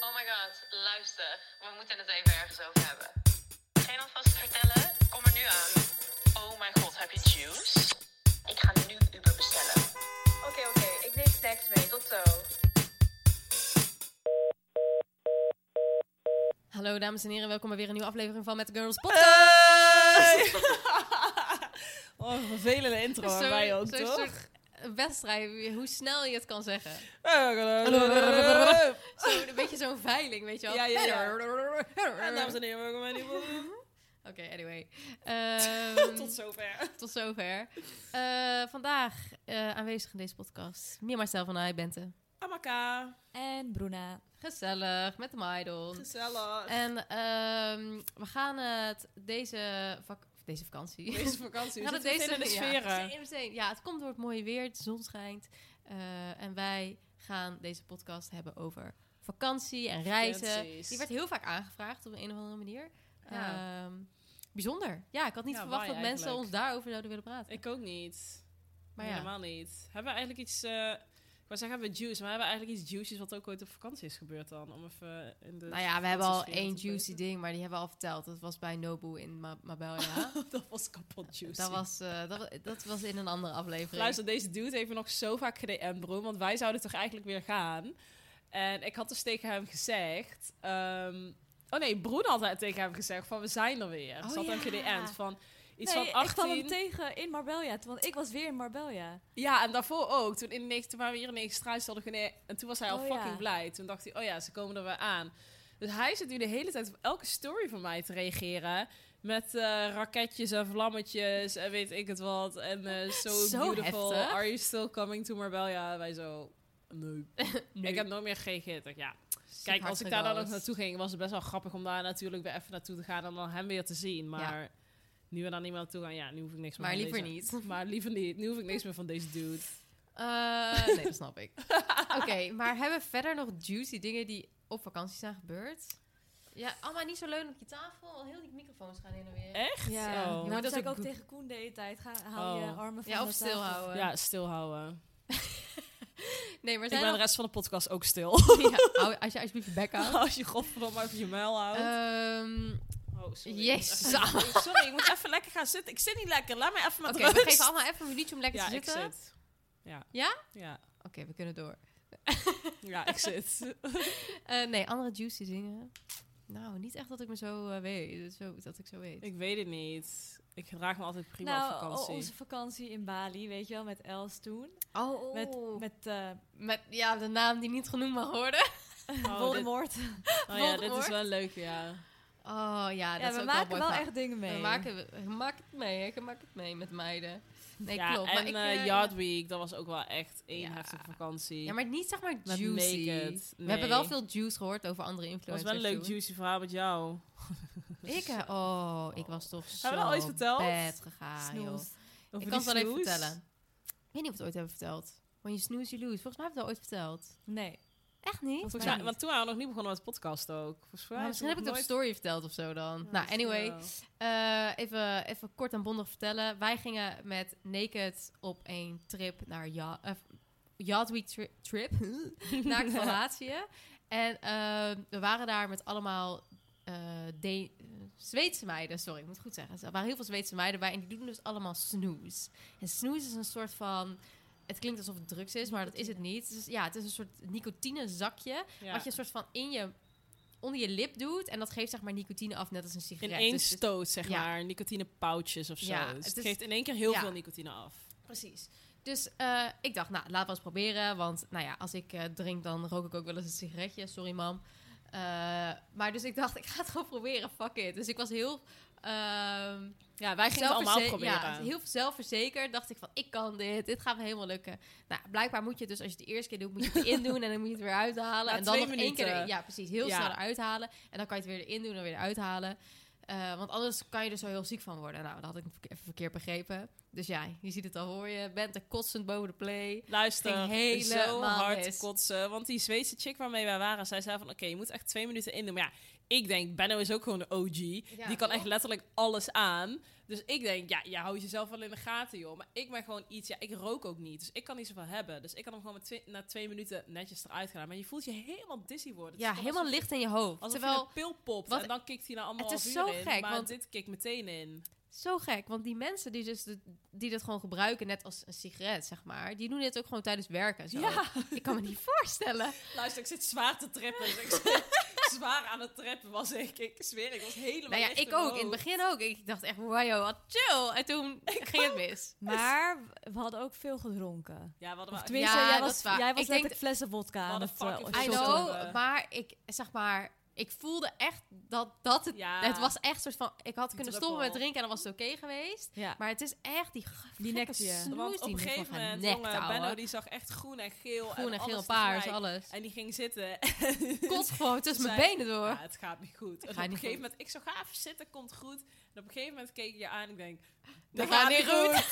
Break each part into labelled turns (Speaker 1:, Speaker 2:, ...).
Speaker 1: Oh my god, luister. We moeten het even ergens over hebben. Geen alvast vertellen? Kom er nu aan. Oh mijn god, heb je juice? Ik ga nu Uber bestellen. Oké, oké. Ik neem snacks mee. Tot zo.
Speaker 2: Hallo dames en heren, welkom bij weer een nieuwe aflevering van Met de
Speaker 3: Eh,
Speaker 2: Girls Podcast.
Speaker 3: Oh, een vervelende intro aan mij ook,
Speaker 2: zo'n
Speaker 3: toch?
Speaker 2: soort wedstrijd, hoe snel je het kan zeggen.
Speaker 3: Ja,
Speaker 2: Zo, een beetje zo'n veiling, weet je wel.
Speaker 3: Ja, ja, ja. dames
Speaker 2: Oké,
Speaker 3: en heren, welkom bij een nieuwe...
Speaker 2: anyway. Ehm,
Speaker 3: Tot zover.
Speaker 2: tot zover. Eh, vandaag eh, aanwezig in deze podcast. Meer Marcel van Aai, Bente.
Speaker 3: Amaka,
Speaker 4: En Bruna.
Speaker 2: Gezellig, met de Maidon.
Speaker 3: gezellig.
Speaker 2: En ehm, we gaan het deze, vak- deze vakantie...
Speaker 3: Deze vakantie,
Speaker 2: Ja,
Speaker 3: we
Speaker 2: Dus dat
Speaker 3: zitten meteen in de
Speaker 2: Ja,
Speaker 3: sferen.
Speaker 2: meteen, meteen. ja, het komt door het mooie weer, de zon schijnt. Eh, en wij gaan deze podcast hebben over vakantie en reizen.
Speaker 3: Precies.
Speaker 2: Die werd heel vaak aangevraagd op een of andere manier.
Speaker 3: Ja.
Speaker 2: Ehm, bijzonder. Ja, ik had niet
Speaker 3: Ja,
Speaker 2: verwacht
Speaker 3: why
Speaker 2: dat mensen
Speaker 3: eigenlijk?
Speaker 2: ons daarover zouden willen praten.
Speaker 3: Ik ook niet.
Speaker 2: maar ja,
Speaker 3: Helemaal niet. Hebben we eigenlijk iets... eh, ik wou zeggen, hebben we juice, maar hebben we eigenlijk iets juices wat ook ooit op vakantie is gebeurd dan? Om even in de...
Speaker 2: nou ja, we hebben al
Speaker 3: vakantiesfeer
Speaker 2: één
Speaker 3: te
Speaker 2: juicy
Speaker 3: beuken.
Speaker 2: ding, maar die hebben we al verteld. Dat was bij Nobu in Ma- Marbella.
Speaker 3: dat was kapot juicy.
Speaker 2: dat, was, eh, dat, wa- dat was in een andere aflevering.
Speaker 3: Luister, deze dude heeft me nog zo vaak gedm, bro. Want wij zouden toch eigenlijk weer gaan. En ik had dus tegen hem gezegd... ehm, oh nee, Broen had het tegen hem gezegd van we zijn er weer.
Speaker 2: Oh
Speaker 3: Ze had hem
Speaker 2: ja.
Speaker 3: gedm'd van iets
Speaker 4: nee,
Speaker 3: van
Speaker 4: ik kwam
Speaker 3: 18.
Speaker 4: hem tegen in Marbella. t- Want ik was weer in Marbella.
Speaker 3: Ja, en daarvoor ook. Toen, in 19, toen waren we hier in 9 straat hadden gene- En toen was hij al
Speaker 4: Oh ja.
Speaker 3: fucking blij. Toen dacht hij, oh ja, ze komen er weer aan. Dus hij zit nu de hele tijd op elke story van mij te reageren. Met eh, raketjes en vlammetjes en weet ik het wat. En eh, so
Speaker 2: Zo
Speaker 3: beautiful.
Speaker 2: heftig.
Speaker 3: Are you still coming to Marbella? Wij zo, nee. Ik heb nooit meer gereageerd. Ik dacht, Ja.
Speaker 2: Ziek
Speaker 3: Kijk, als ik daar
Speaker 2: hartelijk
Speaker 3: dan nog
Speaker 2: alles.
Speaker 3: naartoe ging, was het best wel grappig om daar natuurlijk weer even naartoe te gaan. En dan hem weer te zien. Maar nu we daar niet meer naartoe gaan, ja, nu hoef ik niks meer
Speaker 2: Maar
Speaker 3: van
Speaker 2: liever
Speaker 3: deze-
Speaker 2: niet.
Speaker 3: maar liever niet. Nu hoef ik niks meer van deze dude.
Speaker 2: Eh, nee, dat snap ik. Oké, maar hebben we verder nog juicy dingen die op vakantie zijn gebeurd? Ja, allemaal niet zo leun op je tafel. Al heel die microfoons gaan heen en weer.
Speaker 3: Echt?
Speaker 4: Ja,
Speaker 3: Oh.
Speaker 4: nou,
Speaker 2: dat
Speaker 4: dat zei
Speaker 2: ik
Speaker 4: ik ook
Speaker 2: goed-
Speaker 4: tegen Koen de hele tijd. Ga, haal je
Speaker 3: Oh.
Speaker 4: armen van
Speaker 2: Ja, of
Speaker 4: de tafel.
Speaker 2: stilhouden.
Speaker 3: Ja, stilhouden.
Speaker 2: Nee, maar
Speaker 3: Ik ben
Speaker 2: zijn
Speaker 3: de
Speaker 2: er...
Speaker 3: rest van de podcast ook stil.
Speaker 2: Ja, hou- als je alsjeblieft je bek houdt.
Speaker 3: Als je godverdomme even je muil houdt.
Speaker 2: Ehm,
Speaker 3: oh,
Speaker 2: jezus.
Speaker 3: Ik moet even- sorry, ik moet even lekker gaan zitten. Ik zit niet lekker. Laat mij even met
Speaker 2: Oké,
Speaker 3: rust.
Speaker 2: we geven allemaal even een minuutje om lekker
Speaker 3: ja,
Speaker 2: te
Speaker 3: ik
Speaker 2: zitten. Oké,
Speaker 3: zit. Ja.
Speaker 2: Ja?
Speaker 3: Ja,
Speaker 2: we kunnen door.
Speaker 3: ja ik zit.
Speaker 2: Eh, nee, andere juicy dingen. Nou, niet echt dat ik me zo eh, weet. Zo, dat ik zo weet.
Speaker 3: ik weet het niet. Ik draag me altijd prima
Speaker 4: Nou,
Speaker 3: op vakantie.
Speaker 4: o- onze vakantie in Bali, weet je wel, met Els toen.
Speaker 2: Oh,
Speaker 4: Met,
Speaker 2: met, met,
Speaker 4: met eh
Speaker 2: ja, de naam die niet genoemd mag worden.
Speaker 3: Oh,
Speaker 4: Voldemort.
Speaker 3: dit, oh ja, dit
Speaker 2: Voldemort.
Speaker 3: is wel leuk, ja.
Speaker 2: Oh ja, dat
Speaker 4: ja,
Speaker 2: is
Speaker 4: we
Speaker 2: ook
Speaker 4: maken
Speaker 2: wel,
Speaker 4: wel
Speaker 2: mooi
Speaker 4: echt dingen mee.
Speaker 2: We maken, we maken het mee, hè? Je maakt het mee met meiden. Nee,
Speaker 3: ja
Speaker 2: klopt. maar
Speaker 3: en
Speaker 2: ik,
Speaker 3: eh,
Speaker 2: eh,
Speaker 3: Yard Week, dat was ook wel echt één
Speaker 2: Ja.
Speaker 3: heftige vakantie.
Speaker 2: Ja, maar niet zeg maar
Speaker 3: Met
Speaker 2: juicy.
Speaker 3: naked.
Speaker 2: We hebben wel
Speaker 3: Nee.
Speaker 2: veel juice gehoord over andere
Speaker 3: dat was
Speaker 2: influencers.
Speaker 3: wel een leuk
Speaker 2: toen.
Speaker 3: juicy verhaal met jou.
Speaker 2: Ik, eh, oh, ik was toch zo
Speaker 3: Hebben we dat ooit verteld?
Speaker 2: bad gegaan, joh.
Speaker 4: Snoes.
Speaker 3: Over
Speaker 2: ik kan het
Speaker 3: die
Speaker 2: wel even
Speaker 3: snoes.
Speaker 2: vertellen. Ik weet niet of we het ooit hebben verteld. When you snoeze, you lose. Volgens mij hebben we het al ooit verteld.
Speaker 4: Nee.
Speaker 2: Echt niet?
Speaker 3: Volgens
Speaker 4: Ja.
Speaker 3: mij, want toen waren we nog niet begonnen met podcast ook. Volgens mij
Speaker 2: Maar misschien heb ik het op story verteld of zo dan. nou, anyway. Eh, even, even kort en bondig vertellen. Wij gingen met Naked op een trip naar ja eh, Yacht Week tri- trip naar Kroatië. En ehm, we waren daar met allemaal eh, De- eh, Zweedse meiden. Sorry, ik moet het goed zeggen. Er waren heel veel Zweedse meiden bij en die doen dus allemaal snoes. En snoes is een soort van... Het klinkt alsof het drugs is, maar dat is het niet. Het is, ja, het is een soort nicotinezakje. Wat je een soort van in je, onder je lip doet. En dat geeft zeg maar nicotine af, net als een
Speaker 3: in
Speaker 2: sigaret.
Speaker 3: één
Speaker 2: Dus het-
Speaker 3: stoot, zeg
Speaker 2: ja.
Speaker 3: maar. Nicotine pouches of zo.
Speaker 2: Ja,
Speaker 3: dus
Speaker 2: het
Speaker 3: het
Speaker 2: is-
Speaker 3: geeft in één keer heel
Speaker 2: ja.
Speaker 3: veel nicotine af.
Speaker 2: Precies. Dus eh, ik dacht, nou, laten we eens proberen. Want nou ja, als ik eh, drink, dan rook ik ook wel eens een sigaretje. Sorry, mam. Eh, maar dus ik dacht, ik ga het gewoon proberen. Fuck it. Dus ik was heel... ehm,
Speaker 3: Ja, wij gingen het allemaal
Speaker 2: zelfverze-
Speaker 3: proberen.
Speaker 2: Ja, heel zelfverzekerd dacht ik van, ik kan dit. Dit gaat me helemaal lukken. Nou, blijkbaar moet je het dus, als je het de eerste keer doet, moet je het erin doen. En dan moet je het weer uithalen.
Speaker 3: Na
Speaker 2: en dan
Speaker 3: twee
Speaker 2: nog één keer
Speaker 3: minuten.
Speaker 2: erin. Ja, precies. Heel
Speaker 3: Ja.
Speaker 2: snel eruit halen. En dan kan je het weer erin doen en weer eruit halen. Eh, want anders kan je er zo heel ziek van worden. Nou, dat had ik verke- even verkeerd begrepen. Dus ja, je ziet het al hoor je. Bent er kotsend boven de play.
Speaker 3: Luister,
Speaker 2: Ging helemaal
Speaker 3: zo hard
Speaker 2: mis.
Speaker 3: kotsen. Want die Zweedse chick waarmee wij waren, zij zei van... Oké, je moet echt twee minuten in doen. Maar ja, ik denk, Benno is ook gewoon de OG. die kan echt
Speaker 2: toch?
Speaker 3: letterlijk alles aan. Dus ik denk, ja, je houdt jezelf wel in de gaten, joh. Maar ik ben gewoon iets, ja, ik rook ook niet. Dus ik kan niet zoveel hebben. Dus ik kan hem gewoon met twee- na twee minuten netjes eruit gaan. Maar je voelt je helemaal dizzy worden. Het is
Speaker 2: Ja,
Speaker 3: gewoon
Speaker 2: helemaal
Speaker 3: alsof-
Speaker 2: licht in je hoofd.
Speaker 3: Alsof
Speaker 2: Terwijl,
Speaker 3: je een pil popt
Speaker 2: wat-
Speaker 3: en dan kikt hij na anderhalf
Speaker 2: is
Speaker 3: uur
Speaker 2: zo
Speaker 3: in.
Speaker 2: gek,
Speaker 3: maar
Speaker 2: want-
Speaker 3: dit kikt meteen in.
Speaker 2: zo gek, want die mensen die, dus de- die dat gewoon gebruiken, net als een sigaret, zeg maar, die doen dit ook gewoon tijdens werken. en Zo. Ik kan me niet voorstellen.
Speaker 3: Luister, ik zit zwaar te trippen. Dus ik zit zwaar aan het trippen was ik. Ik zweer, ik was helemaal
Speaker 2: Nou ja,
Speaker 3: echt
Speaker 2: ik ook. In het
Speaker 3: omhoog.
Speaker 2: begin ook. Ik dacht echt, wow, wat chill. En toen ging het mis.
Speaker 4: Maar we hadden ook veel gedronken.
Speaker 3: Ja, wat
Speaker 4: Of
Speaker 3: maar...
Speaker 4: tenminste,
Speaker 2: Ja,
Speaker 4: jij
Speaker 2: dat
Speaker 4: was,
Speaker 2: is waar.
Speaker 4: jij
Speaker 2: Ik
Speaker 4: was
Speaker 2: denk
Speaker 4: letterlijk flessen vodka aan
Speaker 3: Wat
Speaker 4: het
Speaker 3: een fucking
Speaker 4: eh,
Speaker 2: I
Speaker 3: shotten.
Speaker 2: know, maar ik zeg maar, ik voelde echt dat dat het.
Speaker 3: Ja.
Speaker 2: Het was echt soort van. Ik had
Speaker 3: Die
Speaker 2: kunnen
Speaker 3: druppel.
Speaker 2: stoppen met drinken en dan was het oké geweest.
Speaker 4: Ja.
Speaker 2: Maar het is echt die
Speaker 4: Die
Speaker 2: nek
Speaker 4: nekte je.
Speaker 3: Want op een gegeven moment, jongen, Benno die zag echt groen en geel.
Speaker 2: Groen en
Speaker 3: alles
Speaker 2: geel, paars,
Speaker 3: tegelijk.
Speaker 2: alles.
Speaker 3: En die ging zitten.
Speaker 2: Kot gewoon tussen mijn
Speaker 3: Zij-
Speaker 2: benen door.
Speaker 3: Ja, het gaat niet goed. En op
Speaker 2: niet
Speaker 3: een
Speaker 2: goed.
Speaker 3: gegeven moment, ik zo gaaf zitten, komt goed. En op een gegeven moment keek ik je aan en ik denk,
Speaker 2: Dat gaat niet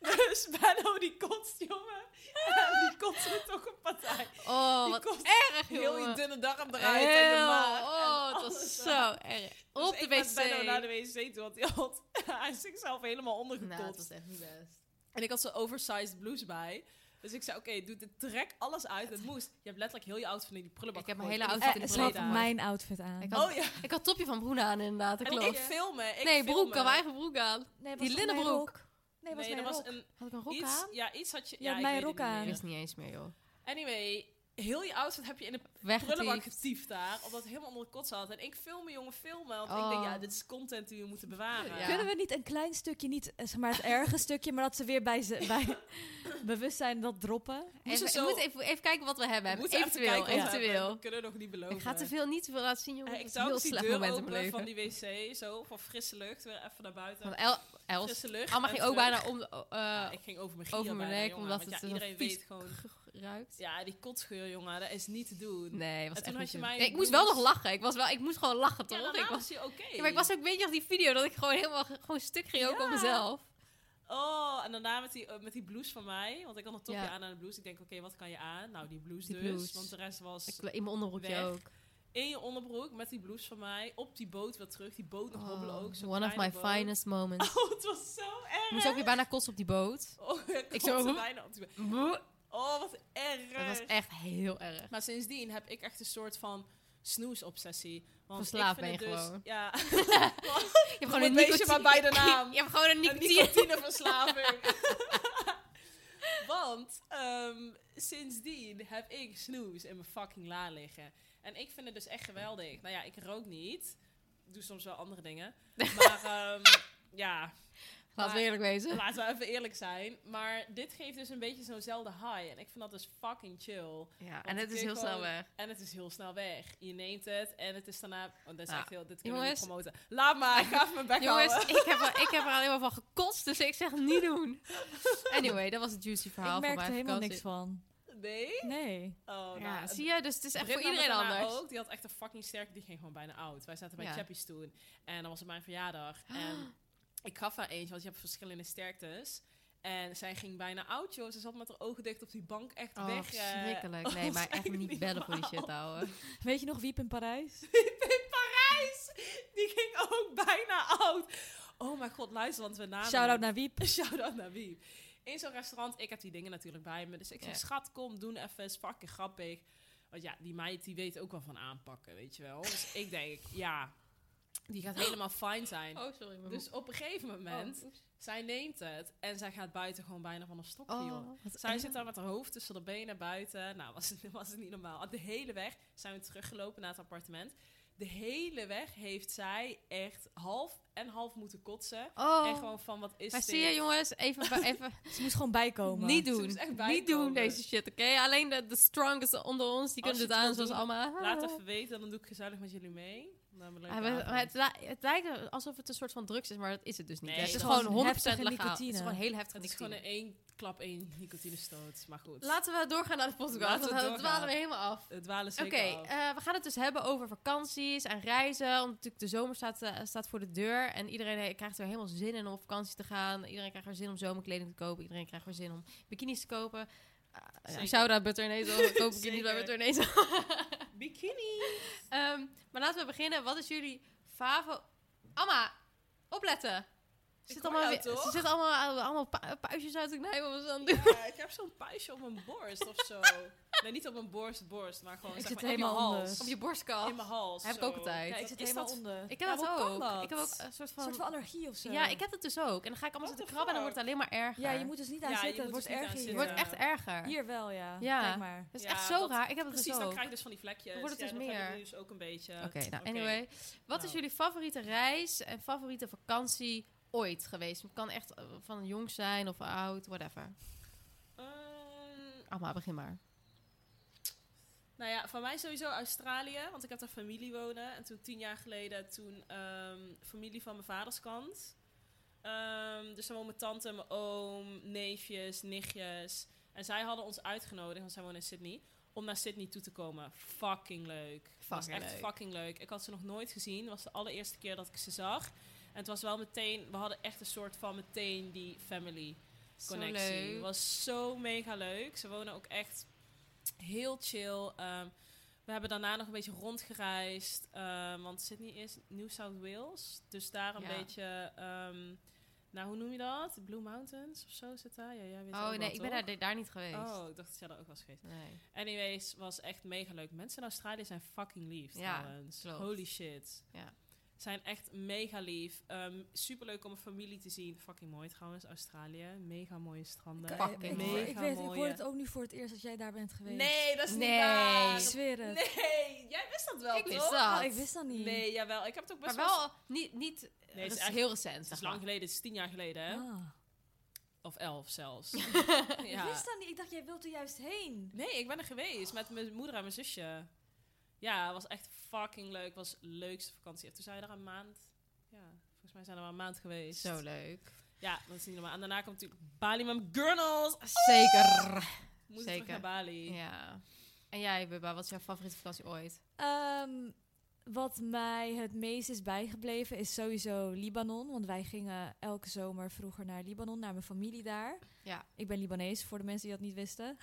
Speaker 3: dus Benno die kotst, jongen. En die kotst er toch een partij.
Speaker 2: Oh,
Speaker 3: Die
Speaker 2: wat
Speaker 3: kotst
Speaker 2: erg,
Speaker 3: Heel je
Speaker 2: jongen.
Speaker 3: dunne darm eruit en je
Speaker 2: Heel,
Speaker 3: maag.
Speaker 2: oh,
Speaker 3: en
Speaker 2: het was
Speaker 3: alles
Speaker 2: zo erg.
Speaker 3: Dus
Speaker 2: Op de
Speaker 3: ik ben Benno naar de
Speaker 2: wc.
Speaker 3: wc toe, want hij had- hij is zichzelf helemaal ondergekotst.
Speaker 2: Nou, dat was echt niet best.
Speaker 3: En ik had zo'n oversized blouse bij. Dus ik zei, oké, doe dit, trek alles uit. Het moest. Je hebt letterlijk heel je outfit in die prullenbak
Speaker 2: Ik heb mijn
Speaker 3: gegooid.
Speaker 2: hele
Speaker 3: In die
Speaker 2: outfit in
Speaker 4: Eh,
Speaker 2: de
Speaker 4: ze had
Speaker 3: verleden
Speaker 2: prullenbak.
Speaker 4: mijn outfit aan.
Speaker 2: Ik had-
Speaker 3: Oh ja,
Speaker 2: Ik had topje van Broen aan inderdaad, dat
Speaker 3: en
Speaker 2: klopt.
Speaker 3: ik filmen. Ik
Speaker 2: nee, broek,
Speaker 3: filmen.
Speaker 2: mijn eigen broek aan.
Speaker 4: Nee,
Speaker 2: die
Speaker 4: was toch mijn
Speaker 2: linnenbroek.
Speaker 4: rok? Nee, was
Speaker 3: Nee,
Speaker 4: mijn
Speaker 3: dat was
Speaker 4: rok.
Speaker 3: een
Speaker 2: Had ik een rok
Speaker 3: iets,
Speaker 2: aan?
Speaker 3: ja, iets had je.
Speaker 4: Je
Speaker 3: ja,
Speaker 4: had
Speaker 3: ik
Speaker 4: mijn
Speaker 3: weet het
Speaker 4: rok
Speaker 3: niet
Speaker 4: aan.
Speaker 2: Ik
Speaker 3: meer.
Speaker 2: wist niet eens meer, joh.
Speaker 3: Anyway, heel je outfit heb je in de
Speaker 2: Weg
Speaker 3: prullenbak getiefd daar, omdat het helemaal onder de kot zat. En ik film me, jongen, filmen, want ik
Speaker 2: Oh.
Speaker 3: denk ja, dit is content die we moeten bewaren.
Speaker 2: Ja.
Speaker 4: Kunnen we niet een klein stukje, niet eh, zeg maar het erge stukje, maar dat ze weer bij, ze, bij bewustzijn dat droppen?
Speaker 2: Even,
Speaker 3: zo-
Speaker 2: we moeten even, even kijken wat we hebben.
Speaker 3: We moeten even
Speaker 2: eventueel,
Speaker 3: kijken wat we hebben.
Speaker 2: eventueel.
Speaker 3: We kunnen nog niet beloven.
Speaker 2: Ik ga te veel, niet te veel laten zien, jongen.
Speaker 3: Eh,
Speaker 2: Dat
Speaker 3: ik
Speaker 2: is een
Speaker 3: zou
Speaker 2: heel
Speaker 3: ook die
Speaker 2: slecht
Speaker 3: deur
Speaker 2: moment in mijn
Speaker 3: open
Speaker 2: leven.
Speaker 3: van die wc, zo, van frisse lucht, weer even naar buiten.
Speaker 2: Want El, Els,
Speaker 3: frisse lucht.
Speaker 2: Alma
Speaker 3: en
Speaker 2: ging ook
Speaker 3: terug.
Speaker 2: bijna om, de- eh,
Speaker 3: Ja, ik ging over mijn gier
Speaker 2: over mijn
Speaker 3: bijna,
Speaker 2: nek,
Speaker 3: jongen,
Speaker 2: omdat
Speaker 3: want
Speaker 2: het
Speaker 3: ja,
Speaker 2: een
Speaker 3: iedereen
Speaker 2: vies
Speaker 3: weet gewoon...
Speaker 2: g- ruikt.
Speaker 3: Ja, die kotsgeur, jongen, dat is niet te doen.
Speaker 2: Nee, was
Speaker 3: En
Speaker 2: echt
Speaker 3: toen
Speaker 2: niet
Speaker 3: had je
Speaker 2: zo.
Speaker 3: mij
Speaker 2: Nee, ik
Speaker 3: een
Speaker 2: moest wel nog
Speaker 3: blouse.
Speaker 2: lachen. Ik, was wel, ik moest gewoon lachen,
Speaker 3: Ja,
Speaker 2: toch?
Speaker 3: daarna
Speaker 2: ik was,
Speaker 3: was hij oké.
Speaker 2: ja, maar ik was ook, weet je, als die video dat ik gewoon helemaal ge- gewoon stuk ging ook
Speaker 3: Ja.
Speaker 2: op mezelf.
Speaker 3: Oh, en daarna met die, eh, met die blouse van mij. Want ik had een topje
Speaker 2: Ja.
Speaker 3: aan en een blouse. Ik denk, oké, wat kan je aan? Nou, die blouse
Speaker 2: Die
Speaker 3: dus.
Speaker 2: blouse.
Speaker 3: Want de rest was
Speaker 2: Ik, in mijn onderbroekje
Speaker 3: Weg.
Speaker 2: ook.
Speaker 3: in je onderbroek met die blouse van mij. Op die boot weer terug. Die boot nog hobbelen ook. zo'n
Speaker 2: Oh, one of my
Speaker 3: kleine boot.
Speaker 2: finest moments.
Speaker 3: Oh, het was zo erg.
Speaker 2: Ik moest ook weer bijna kotsen op die boot.
Speaker 3: Oh, ik
Speaker 2: Ik
Speaker 3: ik
Speaker 2: zo-
Speaker 3: bijna op die boot. Oh, wat erg.
Speaker 2: Dat was echt heel erg.
Speaker 3: Maar sindsdien heb ik echt een soort van snoes-obsessie. Want
Speaker 2: Verslaafd
Speaker 3: ik vind
Speaker 2: ben je
Speaker 3: het dus,
Speaker 2: gewoon.
Speaker 3: Ja,
Speaker 2: Je hebt gewoon
Speaker 3: Noem
Speaker 2: een
Speaker 3: het beestje
Speaker 2: nicotine-
Speaker 3: maar bij de naam.
Speaker 2: Je hebt gewoon een
Speaker 3: een
Speaker 2: nicotine.
Speaker 3: nicotineverslaving. Want ehm, sindsdien heb ik snoes in mijn fucking la liggen. En ik vind het dus echt geweldig. Nou ja, ik rook niet. Doe soms wel andere dingen. Maar ehm, ja,
Speaker 2: Laten we eerlijk wezen.
Speaker 3: laten we even eerlijk zijn. Maar dit geeft dus een beetje zo'nzelfde high. En ik vind dat dus fucking chill.
Speaker 2: Ja, en
Speaker 3: Want
Speaker 2: het
Speaker 3: het
Speaker 2: is
Speaker 3: is
Speaker 2: heel snel
Speaker 3: gewoon-
Speaker 2: weg.
Speaker 3: En het is heel snel weg. Je neemt het en het is daarna... Want dat is
Speaker 2: Nou,
Speaker 3: echt heel... Dit kunnen we niet
Speaker 2: jongens.
Speaker 3: promoten. Laat maar, ik ga even mijn bek
Speaker 2: Jongens,
Speaker 3: houden.
Speaker 2: ik heb, er, ik heb er alleen maar van gekotst, dus ik zeg niet doen. Anyway, dat was het juicy verhaal
Speaker 4: Ik
Speaker 2: van
Speaker 4: merk er
Speaker 2: mijn
Speaker 4: helemaal
Speaker 2: vakantie.
Speaker 4: niks van.
Speaker 3: Nee?
Speaker 4: Nee.
Speaker 3: Oh, nou,
Speaker 2: Ja,
Speaker 3: het
Speaker 2: zie je? Dus het is echt voor
Speaker 3: Brit nam
Speaker 2: iedereen
Speaker 3: het daarna
Speaker 2: anders.
Speaker 3: ook. Die had echt een fucking sterke, die ging gewoon bijna oud. Wij zaten bij
Speaker 2: Ja.
Speaker 3: Chappies toen. En dan was het mijn verjaardag. En ik gaf haar eentje, want je hebt verschillende sterktes. En zij ging bijna oud, joh. Ze zat met haar ogen dicht op die bank echt
Speaker 2: Oh,
Speaker 3: weg. eh,
Speaker 2: verschrikkelijk.
Speaker 3: oh,
Speaker 2: Nee, maar
Speaker 3: dat is
Speaker 2: echt niet bellen voor die Oh,
Speaker 3: normaal.
Speaker 2: shit, ouwe.
Speaker 4: Weet je nog Wiep in Parijs?
Speaker 3: In Parijs! Die ging ook bijna oud. Oh mijn god, luister, want we namen...
Speaker 4: Shout-out naar Wiep.
Speaker 3: Shout-out naar wie? In zo'n restaurant, ik heb die dingen natuurlijk bij me. Dus ik zeg,
Speaker 2: Ja.
Speaker 3: schat, kom, doen even, is fucking grappig. Want ja, die meid, die weet ook wel van aanpakken, weet je wel. Dus ik denk, ja, die gaat helemaal fijn zijn.
Speaker 2: Oh, sorry.
Speaker 3: Dus op een gegeven
Speaker 2: oh,
Speaker 3: moment, zij neemt het en zij gaat buiten gewoon bijna van een stokje,
Speaker 2: Oh.
Speaker 4: Oh,
Speaker 3: joh. Zij zit daar met haar hoofd tussen de benen buiten. Nou, was het, was het niet normaal. De hele weg zijn we teruggelopen naar het appartement. De hele weg heeft zij echt half en half moeten kotsen.
Speaker 2: Oh,
Speaker 3: En gewoon van, wat is
Speaker 2: maar
Speaker 3: dit?
Speaker 2: zie je jongens, even, even
Speaker 4: Ze moest gewoon bijkomen.
Speaker 2: niet
Speaker 3: Ze
Speaker 2: doen.
Speaker 3: moest echt
Speaker 2: Niet
Speaker 3: bijkomen.
Speaker 2: doen deze shit, oké? Alleen de, de strongest onder ons, die
Speaker 3: Als
Speaker 2: kunnen het
Speaker 3: je het
Speaker 2: aan,
Speaker 3: wil
Speaker 2: zoals
Speaker 3: doen,
Speaker 2: allemaal.
Speaker 3: Laat even weten, dan doe ik gezellig met jullie mee. Dan hebben we
Speaker 2: Ja,
Speaker 3: een leuke
Speaker 2: Ah, maar- maar
Speaker 3: avond.
Speaker 2: het, li- het lijkt alsof het een soort van drugs is, maar dat is het dus niet.
Speaker 3: Nee,
Speaker 2: het is
Speaker 3: het
Speaker 4: is
Speaker 2: gewoon
Speaker 4: gewoon
Speaker 2: 100%
Speaker 4: heftige
Speaker 2: legaal. Het is
Speaker 4: nicotine.
Speaker 2: gewoon heel heftig
Speaker 3: Het is
Speaker 2: nicotine.
Speaker 3: gewoon een één klap één nicotinestoot, maar goed.
Speaker 2: Laten we doorgaan naar de podcast,
Speaker 3: Laten
Speaker 2: want
Speaker 3: we
Speaker 2: we
Speaker 3: doorgaan.
Speaker 2: dwalen we helemaal af.
Speaker 3: Het dwalen
Speaker 2: Oké,
Speaker 3: zeker af.
Speaker 2: eh, we gaan het dus hebben over vakanties en reizen. Want natuurlijk de zomer staat, eh, staat voor de deur. En iedereen eh, krijgt er helemaal zin in om op vakantie te gaan. Iedereen krijgt er zin om zomerkleding te kopen. Iedereen krijgt er zin om bikinis te kopen. Uh,
Speaker 3: Zeker.
Speaker 2: Shout-out Butter en Hazel. Koop bikinis
Speaker 3: Zeker.
Speaker 2: bij Butter en Hazel.
Speaker 3: Bikini.
Speaker 2: Ehm, maar laten we beginnen. Wat is jullie favo... Amma, opletten. Ze
Speaker 3: Ik
Speaker 2: zit
Speaker 3: hoor
Speaker 2: allemaal,
Speaker 3: jou,
Speaker 2: weer-
Speaker 3: toch?
Speaker 2: ze zit allemaal, eh, allemaal pu- puistjes uit te knijpen wat ze aan het doen.
Speaker 3: Ja, ik heb zo'n puistje op mijn borst of zo. Nee, niet op mijn borst, borst, maar gewoon
Speaker 4: Ik
Speaker 3: zeg
Speaker 4: zit
Speaker 3: maar, in mijn
Speaker 4: helemaal
Speaker 3: hals.
Speaker 4: onder.
Speaker 2: Op je borstkast.
Speaker 3: In mijn hals.
Speaker 2: Heb ik
Speaker 3: zo.
Speaker 2: ook altijd.
Speaker 3: Kijk,
Speaker 4: ik zit
Speaker 3: is
Speaker 4: helemaal
Speaker 3: dat-
Speaker 4: onder.
Speaker 2: Ik heb
Speaker 3: Ja,
Speaker 2: dat
Speaker 3: hoe kan
Speaker 2: ook.
Speaker 3: dat?
Speaker 2: Ik heb ook een soort
Speaker 4: Een
Speaker 2: van...
Speaker 4: soort van allergie of zo.
Speaker 2: ja, ik heb dat dus ook. En dan ga ik allemaal
Speaker 3: What
Speaker 2: zitten
Speaker 3: the
Speaker 2: krabben en dan wordt het alleen maar erger.
Speaker 4: Ja, je moet dus niet aan
Speaker 3: Ja, je
Speaker 4: zitten. Het
Speaker 3: moet
Speaker 4: wordt
Speaker 3: dus niet
Speaker 4: erger
Speaker 3: aan
Speaker 4: hier.
Speaker 2: het wordt echt erger.
Speaker 4: Hier wel, ja.
Speaker 2: Ja.
Speaker 4: Kijk maar.
Speaker 2: Dat is
Speaker 3: Ja,
Speaker 2: echt zo
Speaker 3: dat-
Speaker 2: raar. Ik heb dat
Speaker 3: Precies,
Speaker 2: dus ook.
Speaker 3: dan
Speaker 2: Oké,
Speaker 3: krijg je dus van die vlekjes.
Speaker 2: Dan wordt het
Speaker 3: Ja,
Speaker 2: dus
Speaker 3: dat heb ik
Speaker 2: meer.
Speaker 3: dus ook een beetje.
Speaker 2: nou
Speaker 3: Oké.
Speaker 2: anyway. Wat is
Speaker 3: Nou.
Speaker 2: jullie favoriete reis en favoriete vakantie ooit geweest? Het kan echt eh, van jong zijn of oud, whatever.
Speaker 3: Ehm,
Speaker 2: Amma, begin maar.
Speaker 3: Nou ja, van mij sowieso Australië, want ik heb daar familie wonen. En toen tien jaar geleden, toen ehm, familie van mijn vaders kant. Ehm, dus dan woont mijn tante, mijn oom, neefjes, nichtjes. En zij hadden ons uitgenodigd, want zij wonen in Sydney, om naar Sydney toe te komen. Fucking leuk. Het was
Speaker 2: Fucking
Speaker 3: echt
Speaker 2: leuk.
Speaker 3: fucking leuk. Ik had ze nog nooit gezien. Het was de allereerste keer dat ik ze zag. En het was wel meteen, we hadden echt een soort van meteen die family
Speaker 2: Zo
Speaker 3: connectie.
Speaker 2: leuk.
Speaker 3: was zo mega leuk. Ze wonen ook echt heel chill. Ehm, we hebben daarna nog een beetje rondgereisd. ehm, want Sydney is New South Wales. Dus daar een
Speaker 2: Ja.
Speaker 3: beetje... ehm, nou, hoe noem je dat? De Blue Mountains of zo zit daar? Ja, jij weet
Speaker 2: Oh
Speaker 3: ook wel,
Speaker 2: nee, ik ben
Speaker 3: toch?
Speaker 2: daar, daar niet geweest.
Speaker 3: Oh, ik dacht dat jij daar ook was geweest.
Speaker 2: Nee.
Speaker 3: Anyways, was echt mega leuk. Mensen in Australië zijn fucking lief
Speaker 2: Ja,
Speaker 3: trouwens.
Speaker 2: klopt.
Speaker 3: Holy shit.
Speaker 2: Ja.
Speaker 3: Zijn echt mega lief. Super superleuk om een familie te zien. Fucking mooi trouwens, Australië. Mega mooie stranden.
Speaker 2: Kan- Fucking
Speaker 4: ik, ik,
Speaker 2: mooi.
Speaker 4: ik, weet, ik hoor het ook nu voor het eerst dat jij daar bent geweest.
Speaker 3: Nee, dat is
Speaker 2: Nee.
Speaker 3: niet
Speaker 4: Ik
Speaker 3: waar.
Speaker 4: zweer het.
Speaker 3: Nee, jij wist dat wel,
Speaker 2: Ik wist
Speaker 3: toch?
Speaker 2: dat.
Speaker 4: Oh, ik wist dat niet.
Speaker 3: Nee, jawel. Ik heb het ook
Speaker 2: maar
Speaker 3: best wel...
Speaker 2: wel niet, niet
Speaker 3: het is
Speaker 2: dat is
Speaker 3: echt-
Speaker 2: heel recent.
Speaker 3: Het is
Speaker 2: zeg
Speaker 3: lang
Speaker 2: maar.
Speaker 3: geleden. Het is tien jaar geleden, hè?
Speaker 4: Ah.
Speaker 3: Of elf zelfs.
Speaker 4: Ik wist dat niet. Ik dacht, jij wilt er juist heen.
Speaker 3: Nee, ik ben er geweest met mijn moeder en mijn zusje. Ja, het was echt fucking leuk. Het was de leukste vakantie. Toen zijn we er een maand. Ja, volgens mij zijn we er maar een maand geweest.
Speaker 2: Zo leuk.
Speaker 3: Ja, dat is niet normaal. En daarna komt natuurlijk Bali met mijn girls.
Speaker 4: Ah,
Speaker 2: Zeker.
Speaker 3: Moet
Speaker 2: Zeker.
Speaker 3: terug naar Bali.
Speaker 2: Ja. En jij, Bubba, wat is jouw favoriete vakantie ooit?
Speaker 4: Ehm, wat mij het meest is bijgebleven is sowieso Libanon. Want wij gingen elke zomer vroeger naar Libanon, naar mijn familie daar.
Speaker 2: Ja.
Speaker 4: Ik ben Libanees, voor de mensen die dat niet wisten.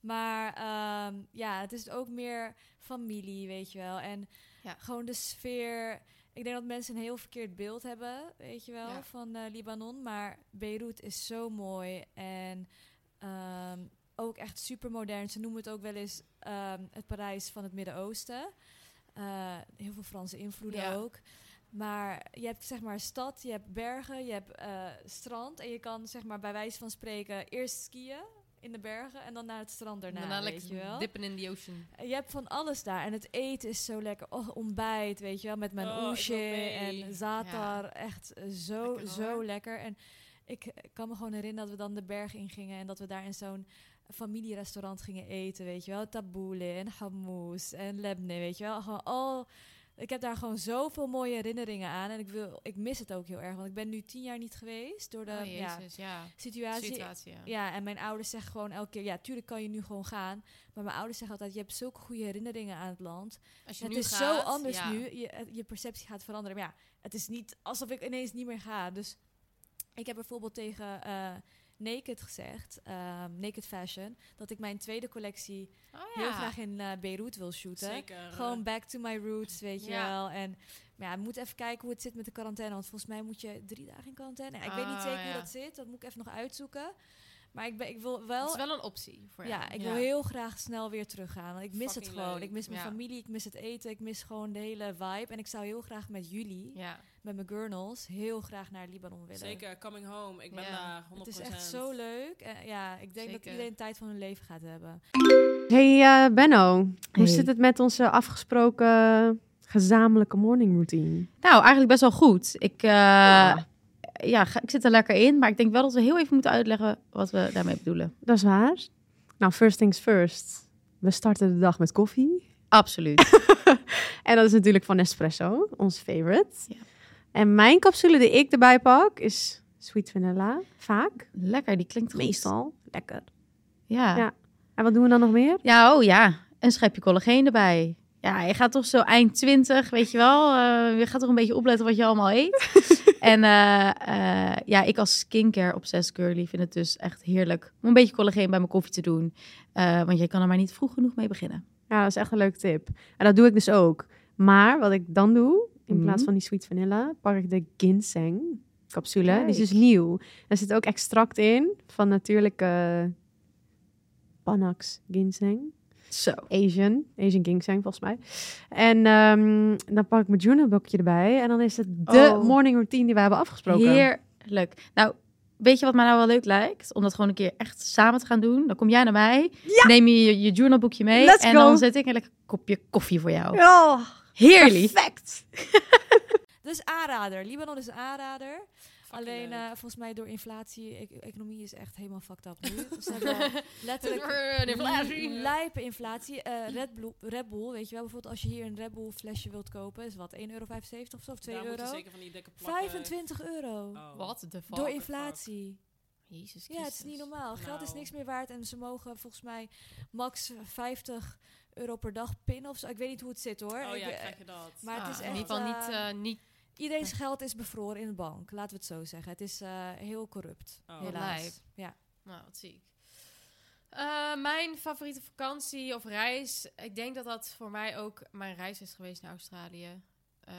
Speaker 4: maar ehm, ja, het is ook meer familie, weet je wel. En
Speaker 2: Ja.
Speaker 4: gewoon de sfeer. Ik denk dat mensen een heel verkeerd beeld hebben, weet je wel,
Speaker 2: Ja.
Speaker 4: van eh, Libanon. Maar Beirut is zo mooi en ehm, ook echt super modern. Ze noemen het ook wel eens ehm, het Parijs van het Midden-Oosten. Eh, heel veel Franse invloeden
Speaker 2: Ja.
Speaker 4: ook. Maar je hebt zeg maar stad, je hebt bergen, je hebt eh, strand. En je kan zeg maar bij wijze van spreken eerst skiën in de bergen en dan naar het strand daarna,
Speaker 2: Daarna
Speaker 4: weet je wel.
Speaker 2: dippen in the ocean.
Speaker 4: Je hebt van alles daar. En het eten is zo lekker. Oh, ontbijt, weet je wel. Met mijn
Speaker 3: Oh, ik wil
Speaker 4: oesje
Speaker 3: mee.
Speaker 4: en zatar. Echt eh, zo,
Speaker 2: Lekker hoor.
Speaker 4: zo lekker. En ik eh, kan me gewoon herinneren dat we dan de berg ingingen. En dat we daar in zo'n familierestaurant gingen eten, weet je wel. Taboule en hamous en lebne, weet je wel. Gewoon al... Ik heb daar gewoon zoveel mooie herinneringen aan. En ik, wil, ik mis het ook heel erg. Want ik ben nu tien jaar niet geweest door de
Speaker 2: Oh,
Speaker 4: ja,
Speaker 2: jezus, ja.
Speaker 4: situatie
Speaker 2: Situatie, ja.
Speaker 4: ja, en mijn ouders zeggen gewoon elke keer... Ja, tuurlijk kan je nu gewoon gaan. Maar mijn ouders zeggen altijd... Je hebt zulke goede herinneringen aan het land.
Speaker 2: Als je
Speaker 4: Het
Speaker 2: nu
Speaker 4: is
Speaker 2: gaat,
Speaker 4: zo anders
Speaker 2: ja.
Speaker 4: nu. Je, het- je perceptie gaat veranderen. Maar ja, het is niet alsof ik ineens niet meer ga. Dus ik heb bijvoorbeeld tegen eh, Naked gezegd... ehm, Naked Fashion... Dat ik mijn tweede collectie
Speaker 2: Oh, ja.
Speaker 4: heel graag in eh, Beirut wil shooten.
Speaker 3: Zeker.
Speaker 4: Gewoon back to my roots, weet je
Speaker 2: Ja.
Speaker 4: wel. En maar ja, we moeten even kijken hoe het zit met de quarantaine. Want volgens mij moet je drie dagen in quarantaine. Ja, ik weet niet
Speaker 2: Ah,
Speaker 4: zeker
Speaker 2: ja.
Speaker 4: hoe dat zit. Dat moet ik even nog uitzoeken. Maar ik, ben, ik wil
Speaker 2: Dat
Speaker 4: wel...
Speaker 2: is wel een optie voor jou.
Speaker 4: Ja, ik wil heel graag snel weer teruggaan. Want ik mis het
Speaker 3: Fucking
Speaker 4: gewoon.
Speaker 3: leuk.
Speaker 4: Ik mis mijn
Speaker 2: Ja.
Speaker 4: familie, ik mis het eten, ik mis gewoon de hele vibe. En ik zou heel graag met jullie,
Speaker 2: Ja.
Speaker 4: met mijn girls, heel graag naar Libanon willen.
Speaker 3: Zeker, coming home. Ik ben
Speaker 2: Ja.
Speaker 3: daar 100%.
Speaker 4: Het is echt zo leuk. Eh, ja, ik denk
Speaker 2: Zeker.
Speaker 4: dat iedereen tijd van hun leven gaat hebben.
Speaker 5: Hey eh, Benno, hoe
Speaker 6: Hey.
Speaker 5: zit het met onze afgesproken gezamenlijke morning routine?
Speaker 6: Nou, eigenlijk best wel goed. Ik, eh, ja. ga- ik zit er lekker in, maar ik denk wel dat we heel even moeten uitleggen wat we daarmee bedoelen.
Speaker 5: Dat is waar. Nou, first things first. We starten de dag met koffie.
Speaker 6: Absoluut.
Speaker 5: En dat is natuurlijk van Nespresso, ons favorite.
Speaker 6: Ja.
Speaker 5: En mijn capsule die ik erbij pak is sweet vanilla, vaak.
Speaker 6: lekker, die klinkt goed.
Speaker 5: Meestal. Lekker. Ja.
Speaker 6: Ja. ja.
Speaker 5: En wat doen we dan nog meer?
Speaker 6: oh ja. Een schepje collageen erbij. Ja, je gaat toch zo eind 20, weet je wel. eh, je gaat toch een beetje opletten wat je allemaal eet. en eh, eh, ja, ik als skincare obsessed girlie vind het dus echt heerlijk om een beetje collageen bij mijn koffie te doen. Eh, want je kan er maar niet vroeg genoeg mee beginnen.
Speaker 5: Ja, dat is echt een leuke tip. En dat doe ik dus ook. Maar wat ik dan doe, in
Speaker 6: Mhm.
Speaker 5: plaats van die sweet vanilla, pak ik de ginseng capsule. Die is dus
Speaker 6: Kijk.
Speaker 5: nieuw. Daar zit ook extract in van natuurlijke Panax ginseng.
Speaker 6: Zo.
Speaker 5: Asian. Asian ginseng volgens mij. En ehm, dan pak ik mijn Junebokje erbij. En dan is het de
Speaker 6: Oh.
Speaker 5: morning routine die we hebben afgesproken.
Speaker 6: Heerlijk. Nou, weet je wat mij nou wel leuk lijkt? Om dat gewoon een keer echt samen te gaan doen. Dan kom jij naar mij, neem je je, je journalboekje mee
Speaker 5: Let's
Speaker 6: en
Speaker 5: go.
Speaker 6: dan zet ik een lekker kopje koffie voor jou.
Speaker 5: Oh,
Speaker 6: Heerlijk.
Speaker 4: Dus aanrader. Libanon is een aanrader. Alleen
Speaker 3: leuk.
Speaker 4: eh, volgens mij door inflatie, ec- economie is echt helemaal fucked up nu. Dus Ze hebben letterlijk li- lijpe inflatie. Eh, Red, Bull, Red Bull, weet je wel, bijvoorbeeld als je hier een Red Bull flesje wilt kopen, is wat 1,75 euro of zo, of 2
Speaker 3: Daar moeten
Speaker 4: euro.
Speaker 3: zeker van die dikke plakken-
Speaker 4: 25 euro.
Speaker 3: Oh.
Speaker 2: Wat de fuck?
Speaker 4: Door inflatie.
Speaker 2: Jezus
Speaker 4: Ja, het is niet
Speaker 2: Christus.
Speaker 4: normaal. Geld is
Speaker 3: Nou.
Speaker 4: niks meer waard en ze mogen volgens mij max 50 euro per dag pinnen of zo. Ik weet niet hoe het zit hoor.
Speaker 3: Oh ja,
Speaker 4: Ik, eh,
Speaker 3: krijg je dat.
Speaker 4: maar het
Speaker 2: Ah,
Speaker 4: is
Speaker 2: In
Speaker 4: echt...
Speaker 2: ieder geval niet...
Speaker 4: eh,
Speaker 2: eh, niet
Speaker 4: Iedereen's geld is bevroren in de bank, laten we het zo zeggen. Het is eh, heel corrupt,
Speaker 3: Oh.
Speaker 4: helaas.
Speaker 2: Lijp.
Speaker 4: Ja.
Speaker 2: nou, wat zie ik. Eh, mijn favoriete vakantie of reis. Ik denk dat dat voor mij ook mijn reis is geweest naar Australië. Eh,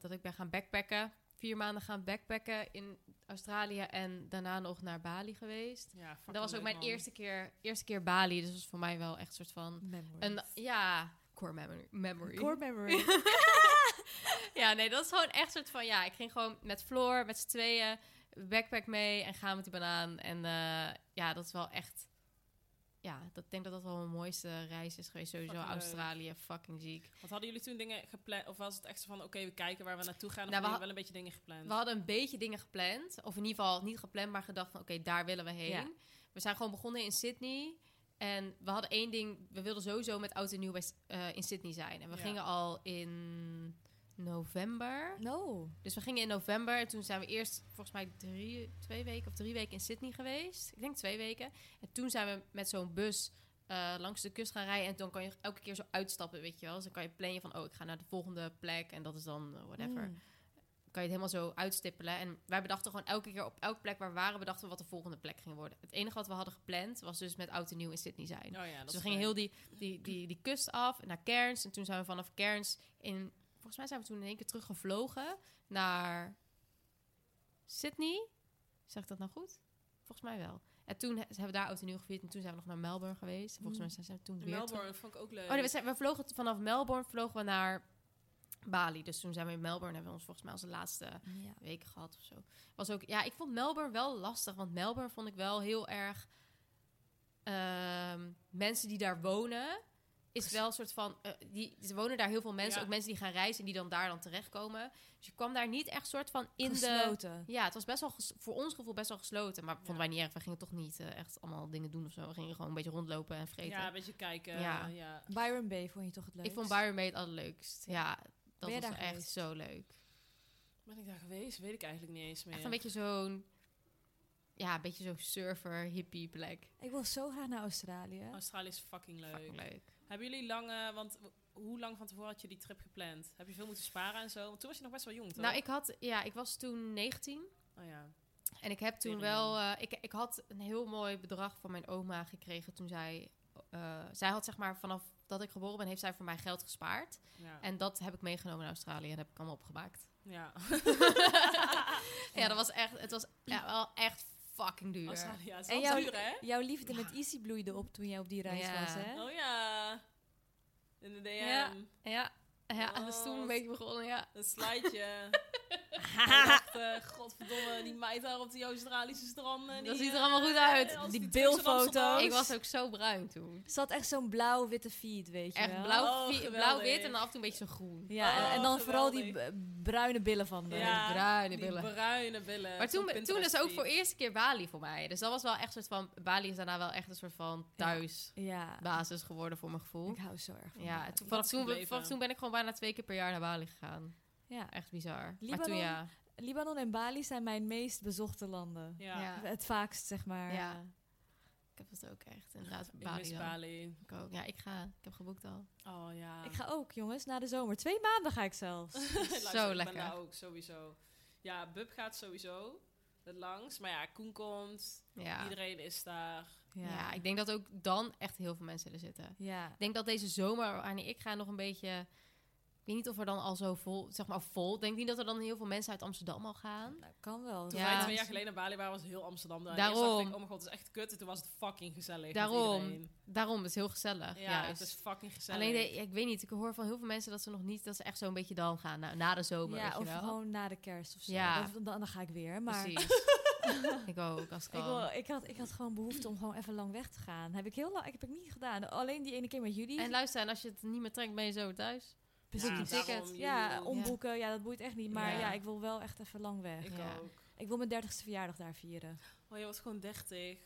Speaker 2: dat ik ben gaan backpacken. Vier maanden gaan backpacken in Australië en daarna nog naar Bali geweest.
Speaker 3: Ja, fucking
Speaker 2: Dat was ook
Speaker 3: leuk,
Speaker 2: mijn
Speaker 3: man.
Speaker 2: eerste keer, eerste keer Bali. Dus dat was voor mij wel echt een soort van... Een, ja, core memory. memory.
Speaker 4: Core memory.
Speaker 2: ja, nee, dat is gewoon echt soort van... Ja, ik ging gewoon met Floor, met z'n tweeën, backpack mee en gaan met die banaan. En eh, ja, dat is wel echt... Ja, dat, ik denk dat dat wel mijn mooiste reis is geweest. Sowieso
Speaker 3: Fucking leuk.
Speaker 2: Australië, fucking ziek.
Speaker 3: Want hadden jullie toen dingen gepland? Of was het echt zo van, oké, we kijken waar we naartoe gaan? Of
Speaker 2: Nou, we
Speaker 3: hadden
Speaker 2: ha- Nou,
Speaker 3: jullie wel een beetje dingen gepland?
Speaker 2: We hadden een beetje dingen gepland. Of in ieder geval niet gepland, maar gedacht van... Oké, daar willen we heen.
Speaker 4: Ja.
Speaker 2: We zijn gewoon begonnen in Sydney. En we hadden één ding... We wilden sowieso met Oud en Nieuw bij S- eh, in Sydney zijn. En we
Speaker 3: Ja.
Speaker 2: gingen al in november.
Speaker 4: No.
Speaker 2: Dus we gingen in november. En toen zijn we eerst volgens mij drie, twee weken of drie weken in Sydney geweest. Ik denk twee weken. En toen zijn we met zo'n bus eh, langs de kust gaan rijden. En dan kan je elke keer zo uitstappen, weet je wel. Dus dan kan je plannen van... Oh, ik ga naar de volgende plek. En dat is dan eh, whatever
Speaker 4: Mm.
Speaker 2: kan je het helemaal zo uitstippelen. En wij bedachten gewoon elke keer op elke plek waar we waren, bedachten we wat de volgende plek ging worden. Het enige wat we hadden gepland was dus met oud en nieuw in Sydney zijn.
Speaker 3: Oh ja, dat
Speaker 2: dus
Speaker 3: is
Speaker 2: we gingen
Speaker 3: leuk.
Speaker 2: heel die, die, die, die kust af naar Cairns. En toen zijn we vanaf Cairns in. Volgens mij zijn we toen in één keer teruggevlogen naar Sydney. Zeg ik dat nou goed? Volgens mij wel. En toen he- hebben we daar oud en nieuw gevierd. En toen zijn we nog naar Melbourne geweest. En Volgens mij zijn we toen weer
Speaker 3: In
Speaker 2: terug-
Speaker 3: Mhm. Melbourne vond ik ook leuk.
Speaker 2: Oh, nee, we, zijn, we vlogen t- vanaf Melbourne vlogen we naar Bali. Dus toen zijn we in Melbourne. Hebben we ons volgens mij als de laatste
Speaker 4: Ja.
Speaker 2: weken gehad of zo. Was ook, ja, ik vond Melbourne wel lastig. Want Melbourne vond ik wel heel erg. ehm, mensen die daar wonen, is wel een soort van. eh, die, ze wonen daar heel veel mensen.
Speaker 3: Ja.
Speaker 2: Ook mensen die gaan reizen en die dan daar dan terechtkomen. Dus je kwam daar niet echt soort van in de.
Speaker 4: Gesloten.
Speaker 2: Ja, het was best wel ges- voor ons gevoel best wel gesloten. Maar vonden wij niet erg. We gingen toch niet eh, echt allemaal dingen doen of zo. We gingen gewoon een beetje rondlopen en vreten.
Speaker 3: Ja, een beetje kijken.
Speaker 2: Ja.
Speaker 3: Ja. ja.
Speaker 4: Byron Bay vond je toch het leukst?
Speaker 2: ik vond Byron Bay het allerleukst. Ja, dat
Speaker 4: Ben je
Speaker 2: was
Speaker 4: daar
Speaker 2: echt
Speaker 4: geweest?
Speaker 2: zo leuk.
Speaker 3: Ben ik daar geweest? Weet ik eigenlijk niet eens meer.
Speaker 2: Echt een beetje zo'n... Ja, een beetje zo'n surfer, hippie plek.
Speaker 4: Ik wil zo graag naar Australië.
Speaker 3: Australië is fucking leuk.
Speaker 2: Fucking leuk.
Speaker 3: Hebben jullie lang, eh, want w- hoe lang van tevoren had je die trip gepland? Heb je veel moeten sparen en zo? Want toen was je nog best wel jong, toch?
Speaker 2: Nou, ik, had, ja, ik was toen 19
Speaker 3: Oh ja.
Speaker 2: en ik heb toen
Speaker 3: Tering.
Speaker 2: wel... eh, ik, ik had een heel mooi bedrag van mijn oma gekregen toen zij... eh, zij had zeg maar vanaf dat ik geboren ben, heeft zij voor mij geld gespaard.
Speaker 3: Ja.
Speaker 2: En dat heb ik meegenomen naar Australië en heb ik allemaal opgemaakt.
Speaker 3: ja.
Speaker 2: ja, dat was echt... Het was ja, wel echt fucking duur.
Speaker 3: Australië is
Speaker 4: En
Speaker 3: wel
Speaker 4: jouw-
Speaker 3: duur, hè?
Speaker 4: Jouw liefde met Easy bloeide op toen jij op die reis
Speaker 2: Ja.
Speaker 4: was, hè?
Speaker 3: Oh ja. In de DM.
Speaker 2: Ja. Ja, ja dat is toen een
Speaker 3: Wat?
Speaker 2: beetje begonnen, ja.
Speaker 3: Een slideje. Ik dacht, eh, godverdomme, die meid daar op die Australische stranden.
Speaker 2: Dat
Speaker 3: die,
Speaker 2: ziet er
Speaker 3: eh,
Speaker 2: allemaal goed uit.
Speaker 3: als
Speaker 4: Die
Speaker 3: trucks in
Speaker 4: bilfoto's.
Speaker 3: Amsterdam.
Speaker 2: Ik was ook zo bruin toen.
Speaker 4: Ze had echt zo'n blauw-witte feed, weet je
Speaker 2: Echt
Speaker 4: wel?
Speaker 2: blauw,
Speaker 3: Oh,
Speaker 2: vi-
Speaker 3: geweldig.
Speaker 2: blauw-wit en dan af en toe een beetje zo groen.
Speaker 4: Ja, en-
Speaker 3: Oh,
Speaker 4: en dan vooral die
Speaker 3: geweldig.
Speaker 4: b- bruine billen van de...
Speaker 3: Ja.
Speaker 2: bruine
Speaker 3: Die
Speaker 2: billen.
Speaker 3: bruine billen.
Speaker 2: maar
Speaker 3: zo'n
Speaker 2: toen, toen dus ook
Speaker 3: Pinterest-feed.
Speaker 2: voor eerste keer Bali voor mij. Dus dat was wel echt een soort van... Bali is daarna wel echt een soort van
Speaker 4: Ja.
Speaker 2: thuisbasis
Speaker 4: Ja.
Speaker 2: geworden voor mijn gevoel.
Speaker 4: Ik hou zo erg van
Speaker 2: Ja,
Speaker 4: Bali.
Speaker 2: toen,
Speaker 3: dat
Speaker 2: vanaf,
Speaker 3: is
Speaker 2: toen,
Speaker 3: gebleven.
Speaker 2: vanaf toen ben ik gewoon bijna twee keer per jaar naar Bali gegaan.
Speaker 4: Ja.
Speaker 2: Echt bizar. Maar
Speaker 4: Libanon?
Speaker 2: toen ja.
Speaker 4: Libanon en Bali zijn mijn meest bezochte landen.
Speaker 3: Ja.
Speaker 2: Ja.
Speaker 4: Het vaakst, zeg maar.
Speaker 2: Ja. Ik heb dat ook echt. Inderdaad,
Speaker 3: Ik
Speaker 2: Bali
Speaker 3: mis
Speaker 2: dan.
Speaker 3: Bali.
Speaker 2: Ik ook. Ja, ik ga. Ik heb geboekt al.
Speaker 3: Oh ja.
Speaker 4: Ik ga ook, jongens, na de zomer. Twee maanden ga ik zelfs.
Speaker 3: Luister, ik
Speaker 2: lekker.
Speaker 3: ben daar ook, sowieso. Ja, Bub gaat sowieso er langs. Maar ja, Koen komt.
Speaker 2: Ja.
Speaker 3: Iedereen is daar.
Speaker 2: Ja. ik denk dat ook dan echt heel veel mensen zullen zitten.
Speaker 4: ja.
Speaker 2: Ik denk dat deze zomer, Arnie, ik ga nog een beetje... Ik weet niet of er dan al zo vol... Zeg maar vol. Ik denk niet dat er dan heel veel mensen uit Amsterdam al gaan.
Speaker 4: Nou, kan wel.
Speaker 3: Toen
Speaker 2: Ja.
Speaker 3: wij twee jaar geleden naar Bali waren, was heel Amsterdam daar.
Speaker 2: Daarom.
Speaker 3: Eerst dacht ik, oh mijn god, het is echt kut. En toen was het fucking gezellig met
Speaker 2: Daarom.
Speaker 3: iedereen.
Speaker 2: Daarom, het is heel gezellig.
Speaker 3: Ja, het is fucking gezellig.
Speaker 2: Alleen, de- ik weet niet. Ik hoor van heel veel mensen dat ze nog niet... Dat ze echt zo'n beetje dan gaan. Nou, na de zomer,
Speaker 4: Ja,
Speaker 2: weet je
Speaker 4: of
Speaker 2: wel.
Speaker 4: gewoon na de kerst of zo.
Speaker 2: Ja.
Speaker 4: Of dan, dan ga ik weer. Maar
Speaker 2: Precies. ik ook, als het
Speaker 4: ik,
Speaker 2: kan.
Speaker 4: wil, ik, had, ik had gewoon behoefte om gewoon even lang weg te gaan. Heb ik heel lang, ik heb ik niet gedaan. Alleen die ene keer met jullie.
Speaker 2: En luister, en als je het niet meer trekt, ben je zo thuis.
Speaker 4: Precies.
Speaker 3: Ja,
Speaker 4: Ja,
Speaker 3: daarom, jullie ook.
Speaker 4: omboeken, ja, dat boeit echt niet. Maar
Speaker 2: Ja.
Speaker 4: ja. ik wil wel echt even lang weg.
Speaker 3: Ik
Speaker 2: Ja.
Speaker 3: ook.
Speaker 4: Ik wil mijn dertigste verjaardag daar vieren.
Speaker 3: Oh, je was gewoon 30.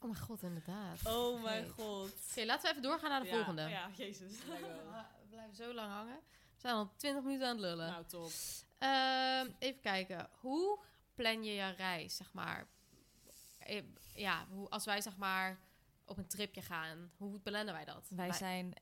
Speaker 2: Oh mijn god, inderdaad. Oké,
Speaker 3: Oh mijn
Speaker 2: Vergeet.
Speaker 3: god.
Speaker 2: laten we even doorgaan naar de
Speaker 3: Ja,
Speaker 2: volgende.
Speaker 3: Ja, jezus.
Speaker 2: We blijven zo lang hangen. We zijn al 20 minuten aan het lullen.
Speaker 3: nou, top.
Speaker 2: Ehm, even kijken. Hoe plan je je reis, zeg maar? Eh, Ja, hoe, als wij zeg maar op een tripje gaan, hoe plannen wij dat?
Speaker 4: Wij zijn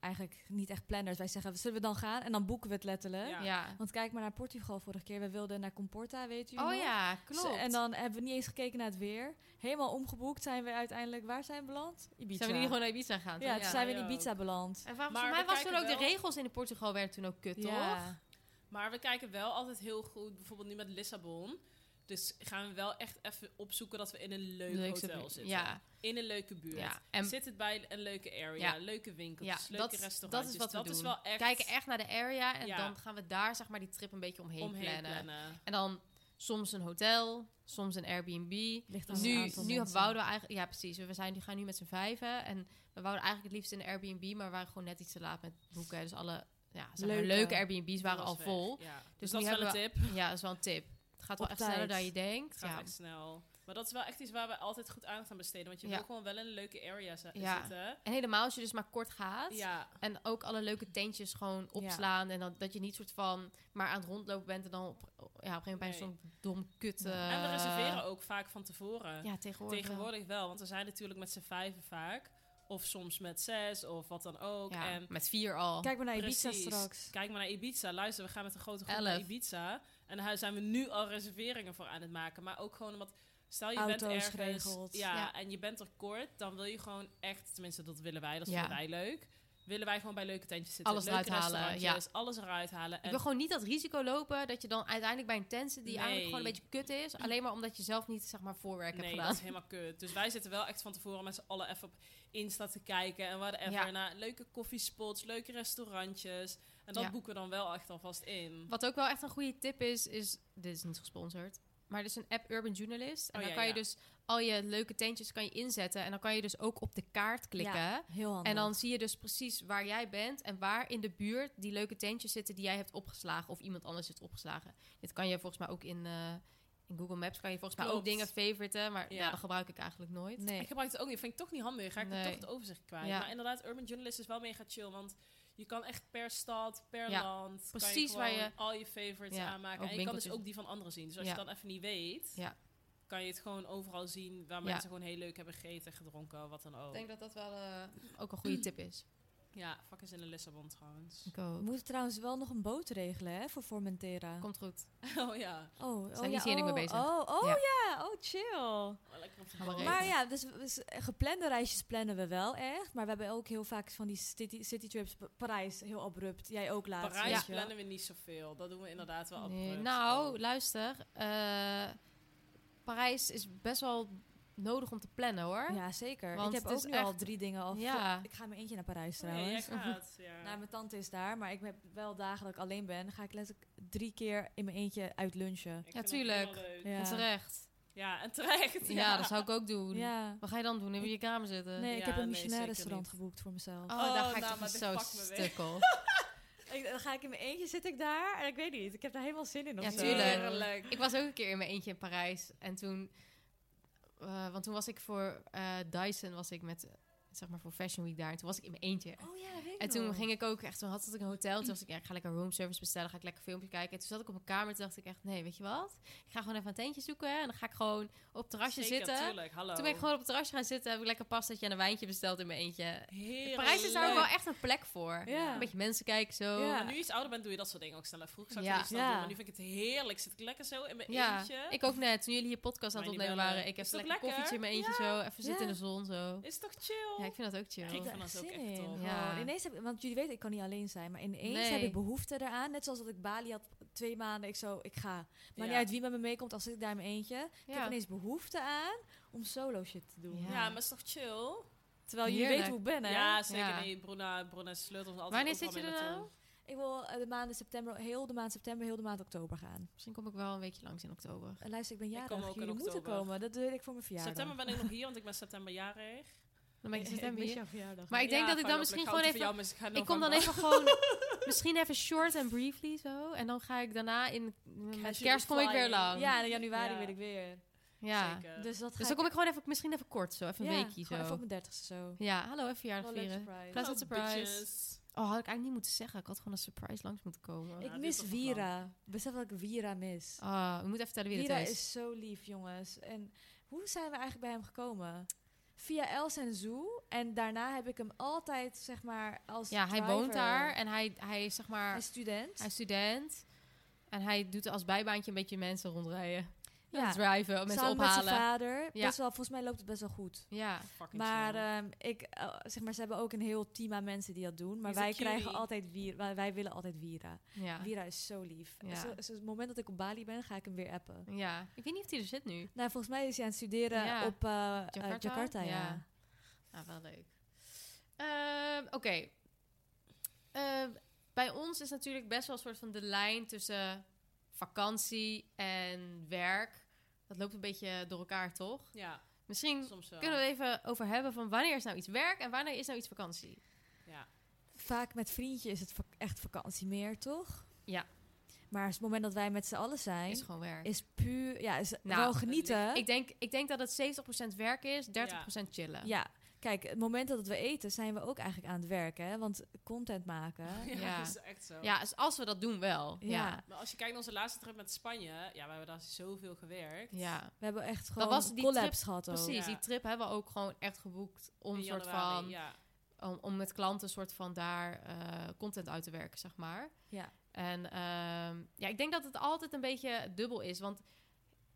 Speaker 4: eigenlijk niet echt planners. Wij zeggen, zullen we dan gaan? En dan boeken we het letterlijk.
Speaker 3: Ja.
Speaker 2: Ja.
Speaker 4: Want kijk maar naar Portugal vorige keer. We wilden naar Comporta, weet u
Speaker 2: Oh
Speaker 4: nog?
Speaker 2: ja,
Speaker 4: Zo,
Speaker 2: klopt.
Speaker 4: En dan hebben we niet eens gekeken naar het weer. Helemaal omgeboekt zijn we uiteindelijk... Waar zijn we beland? Ibiza.
Speaker 2: zijn we niet gewoon naar Ibiza gaan?
Speaker 4: Ja,
Speaker 2: toch?
Speaker 4: toen zijn we
Speaker 3: Ja,
Speaker 4: in
Speaker 3: ook.
Speaker 4: Ibiza beland.
Speaker 2: En volgens
Speaker 3: Maar
Speaker 2: mij
Speaker 3: we
Speaker 2: was toen
Speaker 3: kijken
Speaker 2: ook de
Speaker 3: wel-
Speaker 2: regels in Portugal werden toen ook kut, toch?
Speaker 4: Ja.
Speaker 3: Maar we kijken wel altijd heel goed, bijvoorbeeld nu met Lissabon. Dus gaan we wel echt even opzoeken dat we in een leuk
Speaker 2: Leukste
Speaker 3: hotel
Speaker 2: bu-
Speaker 3: zitten.
Speaker 2: Ja,
Speaker 3: In een leuke buurt.
Speaker 2: ja. En
Speaker 3: Zit het bij een leuke area,
Speaker 2: Ja.
Speaker 3: leuke winkels,
Speaker 2: Ja,
Speaker 3: leuke
Speaker 2: dat is-
Speaker 3: restaurants.
Speaker 2: dat is wat we
Speaker 3: dat is
Speaker 2: doen.
Speaker 3: wel echt
Speaker 2: kijken echt naar de area en
Speaker 3: Ja.
Speaker 2: dan gaan we daar zeg maar die trip een beetje omheen,
Speaker 3: omheen
Speaker 2: plannen.
Speaker 3: plannen.
Speaker 2: En dan soms een hotel, soms een Airbnb.
Speaker 4: Ligt aan een
Speaker 2: Nu,
Speaker 4: aantal
Speaker 2: nu
Speaker 4: mensen.
Speaker 2: wouden we eigenlijk, ja precies, we zijn, nu gaan nu met z'n vijven en we wouden eigenlijk het liefst in een Airbnb, maar we waren gewoon net iets te laat met boeken. Dus alle ja, zeg maar,
Speaker 4: Leuke.
Speaker 2: leuke Airbnb's waren
Speaker 3: Dat
Speaker 2: al
Speaker 3: was
Speaker 2: vol.
Speaker 3: weg, ja. Dus,
Speaker 2: Dus
Speaker 3: dat
Speaker 2: nu
Speaker 3: is wel een
Speaker 2: hebben
Speaker 3: tip.
Speaker 2: Ja, dat is wel een tip. Het gaat wel
Speaker 4: Op
Speaker 2: echt sneller
Speaker 4: tijd.
Speaker 2: dan je denkt.
Speaker 3: Het gaat
Speaker 2: Ja.
Speaker 3: echt snel. Maar dat is wel echt iets waar we altijd goed aandacht aan besteden. Want je
Speaker 2: Ja.
Speaker 3: wil gewoon wel in een leuke area zi-
Speaker 2: Ja.
Speaker 3: zitten.
Speaker 2: En helemaal als je dus maar kort gaat.
Speaker 3: Ja,
Speaker 2: En ook alle leuke tentjes gewoon opslaan. En dan, dat je niet soort van maar aan het rondlopen bent en dan op, ja, op een gegeven moment bij
Speaker 3: Nee.
Speaker 2: zo'n dom kut.
Speaker 3: en we
Speaker 2: eh,
Speaker 3: reserveren ook vaak van tevoren.
Speaker 2: Ja, tegenwoordig.
Speaker 3: Tegenwoordig wel, want we zijn natuurlijk met z'n vijven vaak. Of soms met zes, of wat dan ook.
Speaker 2: Ja,
Speaker 3: en
Speaker 2: met vier al.
Speaker 4: Kijk maar naar Ibiza
Speaker 3: precies,
Speaker 4: straks.
Speaker 3: Kijk maar naar Ibiza. Luister, we gaan met een grote groep
Speaker 2: Elf.
Speaker 3: naar Ibiza. En daar zijn we nu al reserveringen voor aan het maken. Maar ook gewoon omdat... Stel je bent
Speaker 4: Auto's
Speaker 3: ergens...
Speaker 4: geregeld.
Speaker 3: Ja,
Speaker 2: Ja.
Speaker 3: en je bent er kort. Dan wil je gewoon echt... Tenminste, dat willen wij. Dat
Speaker 2: Ja.
Speaker 3: vinden wij leuk. Willen wij gewoon bij leuke tentjes zitten.
Speaker 2: Alles
Speaker 3: leuke
Speaker 2: eruit halen,
Speaker 3: restaurantjes, Alles eruit halen.
Speaker 2: Ik
Speaker 3: En
Speaker 2: wil gewoon niet dat risico lopen dat je dan uiteindelijk bij een tent zit die
Speaker 3: Nee.
Speaker 2: eigenlijk gewoon een beetje kut is. Alleen maar omdat je zelf niet zeg maar voorwerk
Speaker 3: nee,
Speaker 2: hebt
Speaker 3: dat
Speaker 2: gedaan.
Speaker 3: is helemaal kut. Dus wij zitten wel echt van tevoren met z'n allen even op Insta te kijken. En whatever.
Speaker 2: Ja.
Speaker 3: Naar leuke koffiespots, leuke restaurantjes. En dat
Speaker 2: Ja.
Speaker 3: boeken we dan wel echt alvast in.
Speaker 2: Wat ook wel echt een goede tip is, is dit is niet gesponsord. Maar er is een app Urban Journalist. En
Speaker 3: Oh,
Speaker 2: dan
Speaker 3: ja,
Speaker 2: kan je
Speaker 3: ja.
Speaker 2: dus al je leuke tentjes kan je inzetten. En dan kan je dus ook op de kaart klikken.
Speaker 4: Ja, heel handig.
Speaker 2: En dan zie je dus precies waar jij bent en waar in de buurt die leuke tentjes zitten die jij hebt opgeslagen of iemand anders heeft opgeslagen. Dit kan je volgens mij ook in, eh, in Google Maps kan je volgens mij ook
Speaker 3: Klopt.
Speaker 2: dingen favoriten, maar ja.
Speaker 3: Ja.
Speaker 2: dat gebruik ik eigenlijk nooit.
Speaker 3: Ik
Speaker 4: Nee.
Speaker 3: gebruik het ook niet. Vind ik toch niet handig. Ga ik dan
Speaker 2: Nee.
Speaker 3: toch het overzicht kwijt.
Speaker 2: Ja.
Speaker 3: Maar inderdaad, Urban Journalist is wel mega chill. Want je kan echt per stad, per
Speaker 2: Ja,
Speaker 3: land...
Speaker 2: precies
Speaker 3: kan je
Speaker 2: waar
Speaker 3: gewoon
Speaker 2: je-
Speaker 3: al je favorites
Speaker 2: Ja,
Speaker 3: aanmaken.
Speaker 2: ook
Speaker 3: En je kan dus
Speaker 2: winkeltjes.
Speaker 3: ook die van anderen zien. Dus als
Speaker 2: Ja.
Speaker 3: je dan even niet weet...
Speaker 2: Ja.
Speaker 3: kan je het gewoon overal zien... waar
Speaker 2: Ja.
Speaker 3: mensen gewoon heel leuk hebben gegeten, gedronken, wat dan
Speaker 2: Ik
Speaker 3: ook.
Speaker 2: denk dat dat wel eh, ook een goede tip is.
Speaker 3: Ja, fuck is in de Lissabon trouwens.
Speaker 2: Ik ook.
Speaker 4: We moeten trouwens wel nog een boot regelen hè, voor Formentera.
Speaker 2: Komt goed.
Speaker 3: Oh ja,
Speaker 4: Oh, oh
Speaker 2: Zijn die
Speaker 4: ja,
Speaker 2: hier niet
Speaker 4: oh,
Speaker 2: mee bezig?
Speaker 4: Oh, oh
Speaker 2: Ja.
Speaker 4: ja. oh chill.
Speaker 3: wel lekker op de
Speaker 2: Gaan we
Speaker 3: boot.
Speaker 2: regelen.
Speaker 4: Maar ja, dus, dus geplande reisjes plannen we wel echt. Maar we hebben ook heel vaak van die city, citytrips. P- Parijs, heel abrupt. Jij ook laatst.
Speaker 3: Parijs
Speaker 4: weet je wel.
Speaker 3: plannen we niet zoveel. Dat doen we inderdaad wel
Speaker 2: Nee,
Speaker 3: abrupt. Oh.
Speaker 2: nou, luister. eh, Parijs is best wel nodig om te plannen hoor.
Speaker 4: Ja, zeker.
Speaker 2: Want
Speaker 4: ik heb
Speaker 2: het
Speaker 4: ook
Speaker 2: is
Speaker 4: nu al
Speaker 2: echt-
Speaker 4: drie dingen al.
Speaker 2: Ja.
Speaker 4: Ik ga mijn eentje naar Parijs
Speaker 3: Oh, nee,
Speaker 4: trouwens.
Speaker 3: jij gaat, ja.
Speaker 4: Nou, mijn tante is daar, maar ik heb wel dagen dat ik alleen ben. Dan ga ik letterlijk drie keer in mijn eentje uit lunchen.
Speaker 3: Ik vind dat
Speaker 2: tuurlijk.
Speaker 3: heel leuk.
Speaker 4: Ja.
Speaker 2: En terecht.
Speaker 3: Ja, en terecht.
Speaker 2: Ja. dat zou ik ook doen.
Speaker 4: Ja.
Speaker 2: Wat ga je dan doen? In je kamer zitten?
Speaker 4: Eh, Nee, ik
Speaker 3: Ja,
Speaker 4: heb
Speaker 3: nee,
Speaker 4: een missionair
Speaker 3: zeker
Speaker 4: restaurant
Speaker 3: niet.
Speaker 4: geboekt voor mezelf.
Speaker 2: Oh, daar
Speaker 3: Oh,
Speaker 2: ga ik
Speaker 3: nou,
Speaker 2: toch
Speaker 3: maar
Speaker 2: niet
Speaker 3: dit
Speaker 2: zo
Speaker 3: pakt me weg.
Speaker 2: stukkel.
Speaker 4: Oh. Ik, dan ga ik in mijn eentje, zit ik daar. En ik weet niet, ik heb daar helemaal zin in. of
Speaker 2: Ja,
Speaker 4: zo.
Speaker 2: tuurlijk.
Speaker 3: Heerlijk.
Speaker 2: Ik was ook een keer in mijn eentje in Parijs. En toen... eh, want toen was ik voor eh, Dyson was ik met zeg maar, voor Fashion Week daar. En toen was ik in mijn eentje.
Speaker 4: Oh ja, weet ik
Speaker 2: En toen
Speaker 4: nog.
Speaker 2: ging ik ook echt, toen had ik een hotel. Toen was ik, ja, ik ga lekker roomservice bestellen, ga ik lekker filmpje kijken. En toen zat ik op mijn kamer en toen dacht ik echt, nee, weet je wat? Ik ga gewoon even een tentje zoeken en dan ga ik gewoon op het terrasje
Speaker 3: Zeker,
Speaker 2: zitten.
Speaker 3: tuurlijk, hallo.
Speaker 2: Toen ben ik gewoon op het terrasje gaan zitten, heb ik lekker pastaatje en een wijntje besteld in mijn eentje.
Speaker 3: Heerlijk.
Speaker 2: Parijs is daar wel echt een plek voor.
Speaker 4: Ja.
Speaker 2: Een beetje mensen kijken zo.
Speaker 4: Ja.
Speaker 3: Maar nu je iets ouder bent, doe je dat soort dingen ook sneller. Vroeger zou ik
Speaker 2: Ja.
Speaker 3: dat niet snel
Speaker 4: Ja.
Speaker 3: doen, maar nu vind ik het heerlijk. Zit ik lekker zo in mijn
Speaker 2: Ja,
Speaker 3: eentje.
Speaker 2: ik ook net. Toen jullie hier podcast aan het
Speaker 3: Mij niet
Speaker 2: opnemen
Speaker 3: bellen.
Speaker 2: waren, ik heb
Speaker 3: Is dat
Speaker 2: lekker een
Speaker 3: lekker?
Speaker 2: koffietje in mijn eentje zo. Even zitten in de zon zo.
Speaker 3: Is toch chill?
Speaker 2: Ja, ik vind dat ook
Speaker 3: Ja,
Speaker 2: chill.
Speaker 3: ik
Speaker 4: Ik heb
Speaker 3: vind
Speaker 4: er
Speaker 3: dat ook
Speaker 4: zin
Speaker 3: echt
Speaker 4: in.
Speaker 3: top.
Speaker 2: Ja.
Speaker 4: Gewoon, Ineens heb, want jullie weten, ik kan niet alleen zijn. Maar ineens
Speaker 2: Nee.
Speaker 4: heb ik behoefte eraan. Net zoals dat ik Bali had, twee maanden. Ik zo, ik ga. Maar niet
Speaker 3: Ja.
Speaker 4: uit wie met me meekomt, als ik daar in mijn eentje. Ik heb
Speaker 2: Ja.
Speaker 4: ineens behoefte aan om solo shit te doen.
Speaker 2: Ja.
Speaker 3: Ja, maar is toch chill?
Speaker 4: Terwijl jullie
Speaker 2: Heerlijk.
Speaker 4: weten hoe ik ben, hè?
Speaker 3: Ja, zeker.
Speaker 2: Ja.
Speaker 3: Nee, Bruna, Bruna sleutelt altijd
Speaker 2: Wanneer
Speaker 3: overal
Speaker 2: zit je
Speaker 3: mee
Speaker 2: er
Speaker 3: naartoe.
Speaker 2: nou?
Speaker 4: Ik wil eh, de maanden september, heel de maand september, heel de maand oktober gaan.
Speaker 2: Misschien kom ik wel een weekje langs in oktober.
Speaker 4: En luister, ik ben jarig.
Speaker 3: kom ook in
Speaker 4: jullie moeten
Speaker 3: oktober.
Speaker 4: komen. Dat wil ik voor mijn verjaardag.
Speaker 3: September ben ik nog hier, want ik ben september jarig.
Speaker 2: Dan ben ik in september hier.
Speaker 4: verjaardag.
Speaker 2: Maar ik denk
Speaker 3: Ja,
Speaker 2: dat ik dan
Speaker 3: fijn,
Speaker 2: misschien
Speaker 3: hou
Speaker 2: gewoon
Speaker 3: het
Speaker 2: even...
Speaker 3: van jou, maar ik, ga
Speaker 2: Ik kom dan even
Speaker 3: november.
Speaker 2: gewoon... Misschien even short en briefly zo. En dan ga ik daarna in... Met
Speaker 3: Casually
Speaker 2: kerst kom ik weer
Speaker 3: flying.
Speaker 2: lang.
Speaker 4: Ja, in januari
Speaker 3: Ja.
Speaker 4: wil ik weer.
Speaker 2: Ja.
Speaker 3: Zeker.
Speaker 4: Dus dat ga
Speaker 2: Dus dan kom ik gewoon even... Misschien even kort zo. Even een
Speaker 4: ja,
Speaker 2: weekje
Speaker 4: gewoon even op
Speaker 2: zo.
Speaker 4: mijn dertigste zo.
Speaker 2: Ja, hallo, even
Speaker 3: Oh,
Speaker 2: verjaardag
Speaker 4: Wel een
Speaker 2: vieren.
Speaker 4: leuk surprise.
Speaker 2: Plus-
Speaker 3: Hello,
Speaker 2: pleasant surprise.
Speaker 3: bitches.
Speaker 2: Oh, had ik eigenlijk niet moeten zeggen. Ik had gewoon een surprise langs moeten komen.
Speaker 3: Ja,
Speaker 4: Ik
Speaker 3: dit
Speaker 4: mis
Speaker 3: is toch een plan.
Speaker 4: Vira. Besef dat ik Vira mis.
Speaker 2: Ah, we moeten even vertellen wie
Speaker 4: Vira
Speaker 2: dat is.
Speaker 4: is zo lief, jongens. En hoe zijn we eigenlijk bij hem gekomen? Via Els en Zoo. En daarna heb ik hem altijd, zeg maar, als
Speaker 2: Ja, hij
Speaker 4: driver.
Speaker 2: woont daar en hij, hij is zeg
Speaker 4: Hij
Speaker 2: maar...
Speaker 4: is student.
Speaker 2: Hij is student. En hij doet als bijbaantje een beetje mensen rondrijden.
Speaker 4: Ja.
Speaker 2: Ja. Driven, Oh, mensen
Speaker 4: Samen met
Speaker 2: ophalen.
Speaker 4: zijn vader.
Speaker 2: Ja.
Speaker 4: Best wel, volgens mij loopt het best wel goed.
Speaker 2: ja.
Speaker 3: Fucking
Speaker 4: Maar,
Speaker 3: chill.
Speaker 4: ehm, ik, eh, zeg maar ze hebben ook een heel team aan mensen die dat doen. Maar
Speaker 3: Is het
Speaker 4: wij
Speaker 3: cutie?
Speaker 4: krijgen altijd Vira. Wij, wij willen altijd Vira.
Speaker 2: Ja.
Speaker 4: Vira is zo lief.
Speaker 2: Ah. Ja.
Speaker 4: Zo- zo het moment dat ik op Bali ben, ga ik hem weer appen.
Speaker 2: ja. Ik weet niet of hij er zit nu.
Speaker 4: Nou, volgens mij is hij aan het studeren
Speaker 2: Ja.
Speaker 4: op eh, eh, Jakarta.
Speaker 2: Jakarta?
Speaker 4: ja.
Speaker 2: Ja. Nou, wel leuk. Ehm, Oké. Ehm, bij ons is natuurlijk best wel een soort van de lijn tussen vakantie en werk. Dat loopt een beetje door elkaar, toch?
Speaker 3: Ja,
Speaker 2: Misschien
Speaker 3: soms wel.
Speaker 2: eh, mm, kunnen we het even over hebben van wanneer is nou iets werk en wanneer is nou iets vakantie?
Speaker 3: Ja.
Speaker 4: Vaak met vriendje is het vak- echt vakantie meer, toch?
Speaker 2: Ja.
Speaker 4: Maar het moment dat wij met z'n allen zijn,
Speaker 2: Is
Speaker 4: is,
Speaker 2: gewoon werk.
Speaker 4: puur... Ja, is
Speaker 2: Nou,
Speaker 4: wel genieten.
Speaker 2: Ik denk, ik denk dat het 70% werk is, 30% chillen.
Speaker 4: ja. Kijk, het moment dat we eten, zijn we ook eigenlijk aan het werken. hè? Want content maken...
Speaker 3: Ja,
Speaker 2: Ja.
Speaker 3: dat is echt zo.
Speaker 2: Ja, dus als we dat doen wel.
Speaker 4: Ja.
Speaker 2: Ja.
Speaker 3: Maar als je kijkt naar onze laatste trip met Spanje, ja, we hebben daar zoveel gewerkt.
Speaker 2: Ja,
Speaker 4: We hebben echt gewoon
Speaker 2: was die
Speaker 4: collabs
Speaker 2: trip-
Speaker 4: gehad ook.
Speaker 2: precies.
Speaker 3: Ja.
Speaker 2: Die trip hebben we ook gewoon echt geboekt om,
Speaker 3: In
Speaker 2: soort
Speaker 3: januari,
Speaker 2: van,
Speaker 3: Ja.
Speaker 2: om, om met klanten soort van daar eh, content uit te werken, zeg maar.
Speaker 4: Ja.
Speaker 2: En ehm, ja, ik denk dat het altijd een beetje dubbel is. Want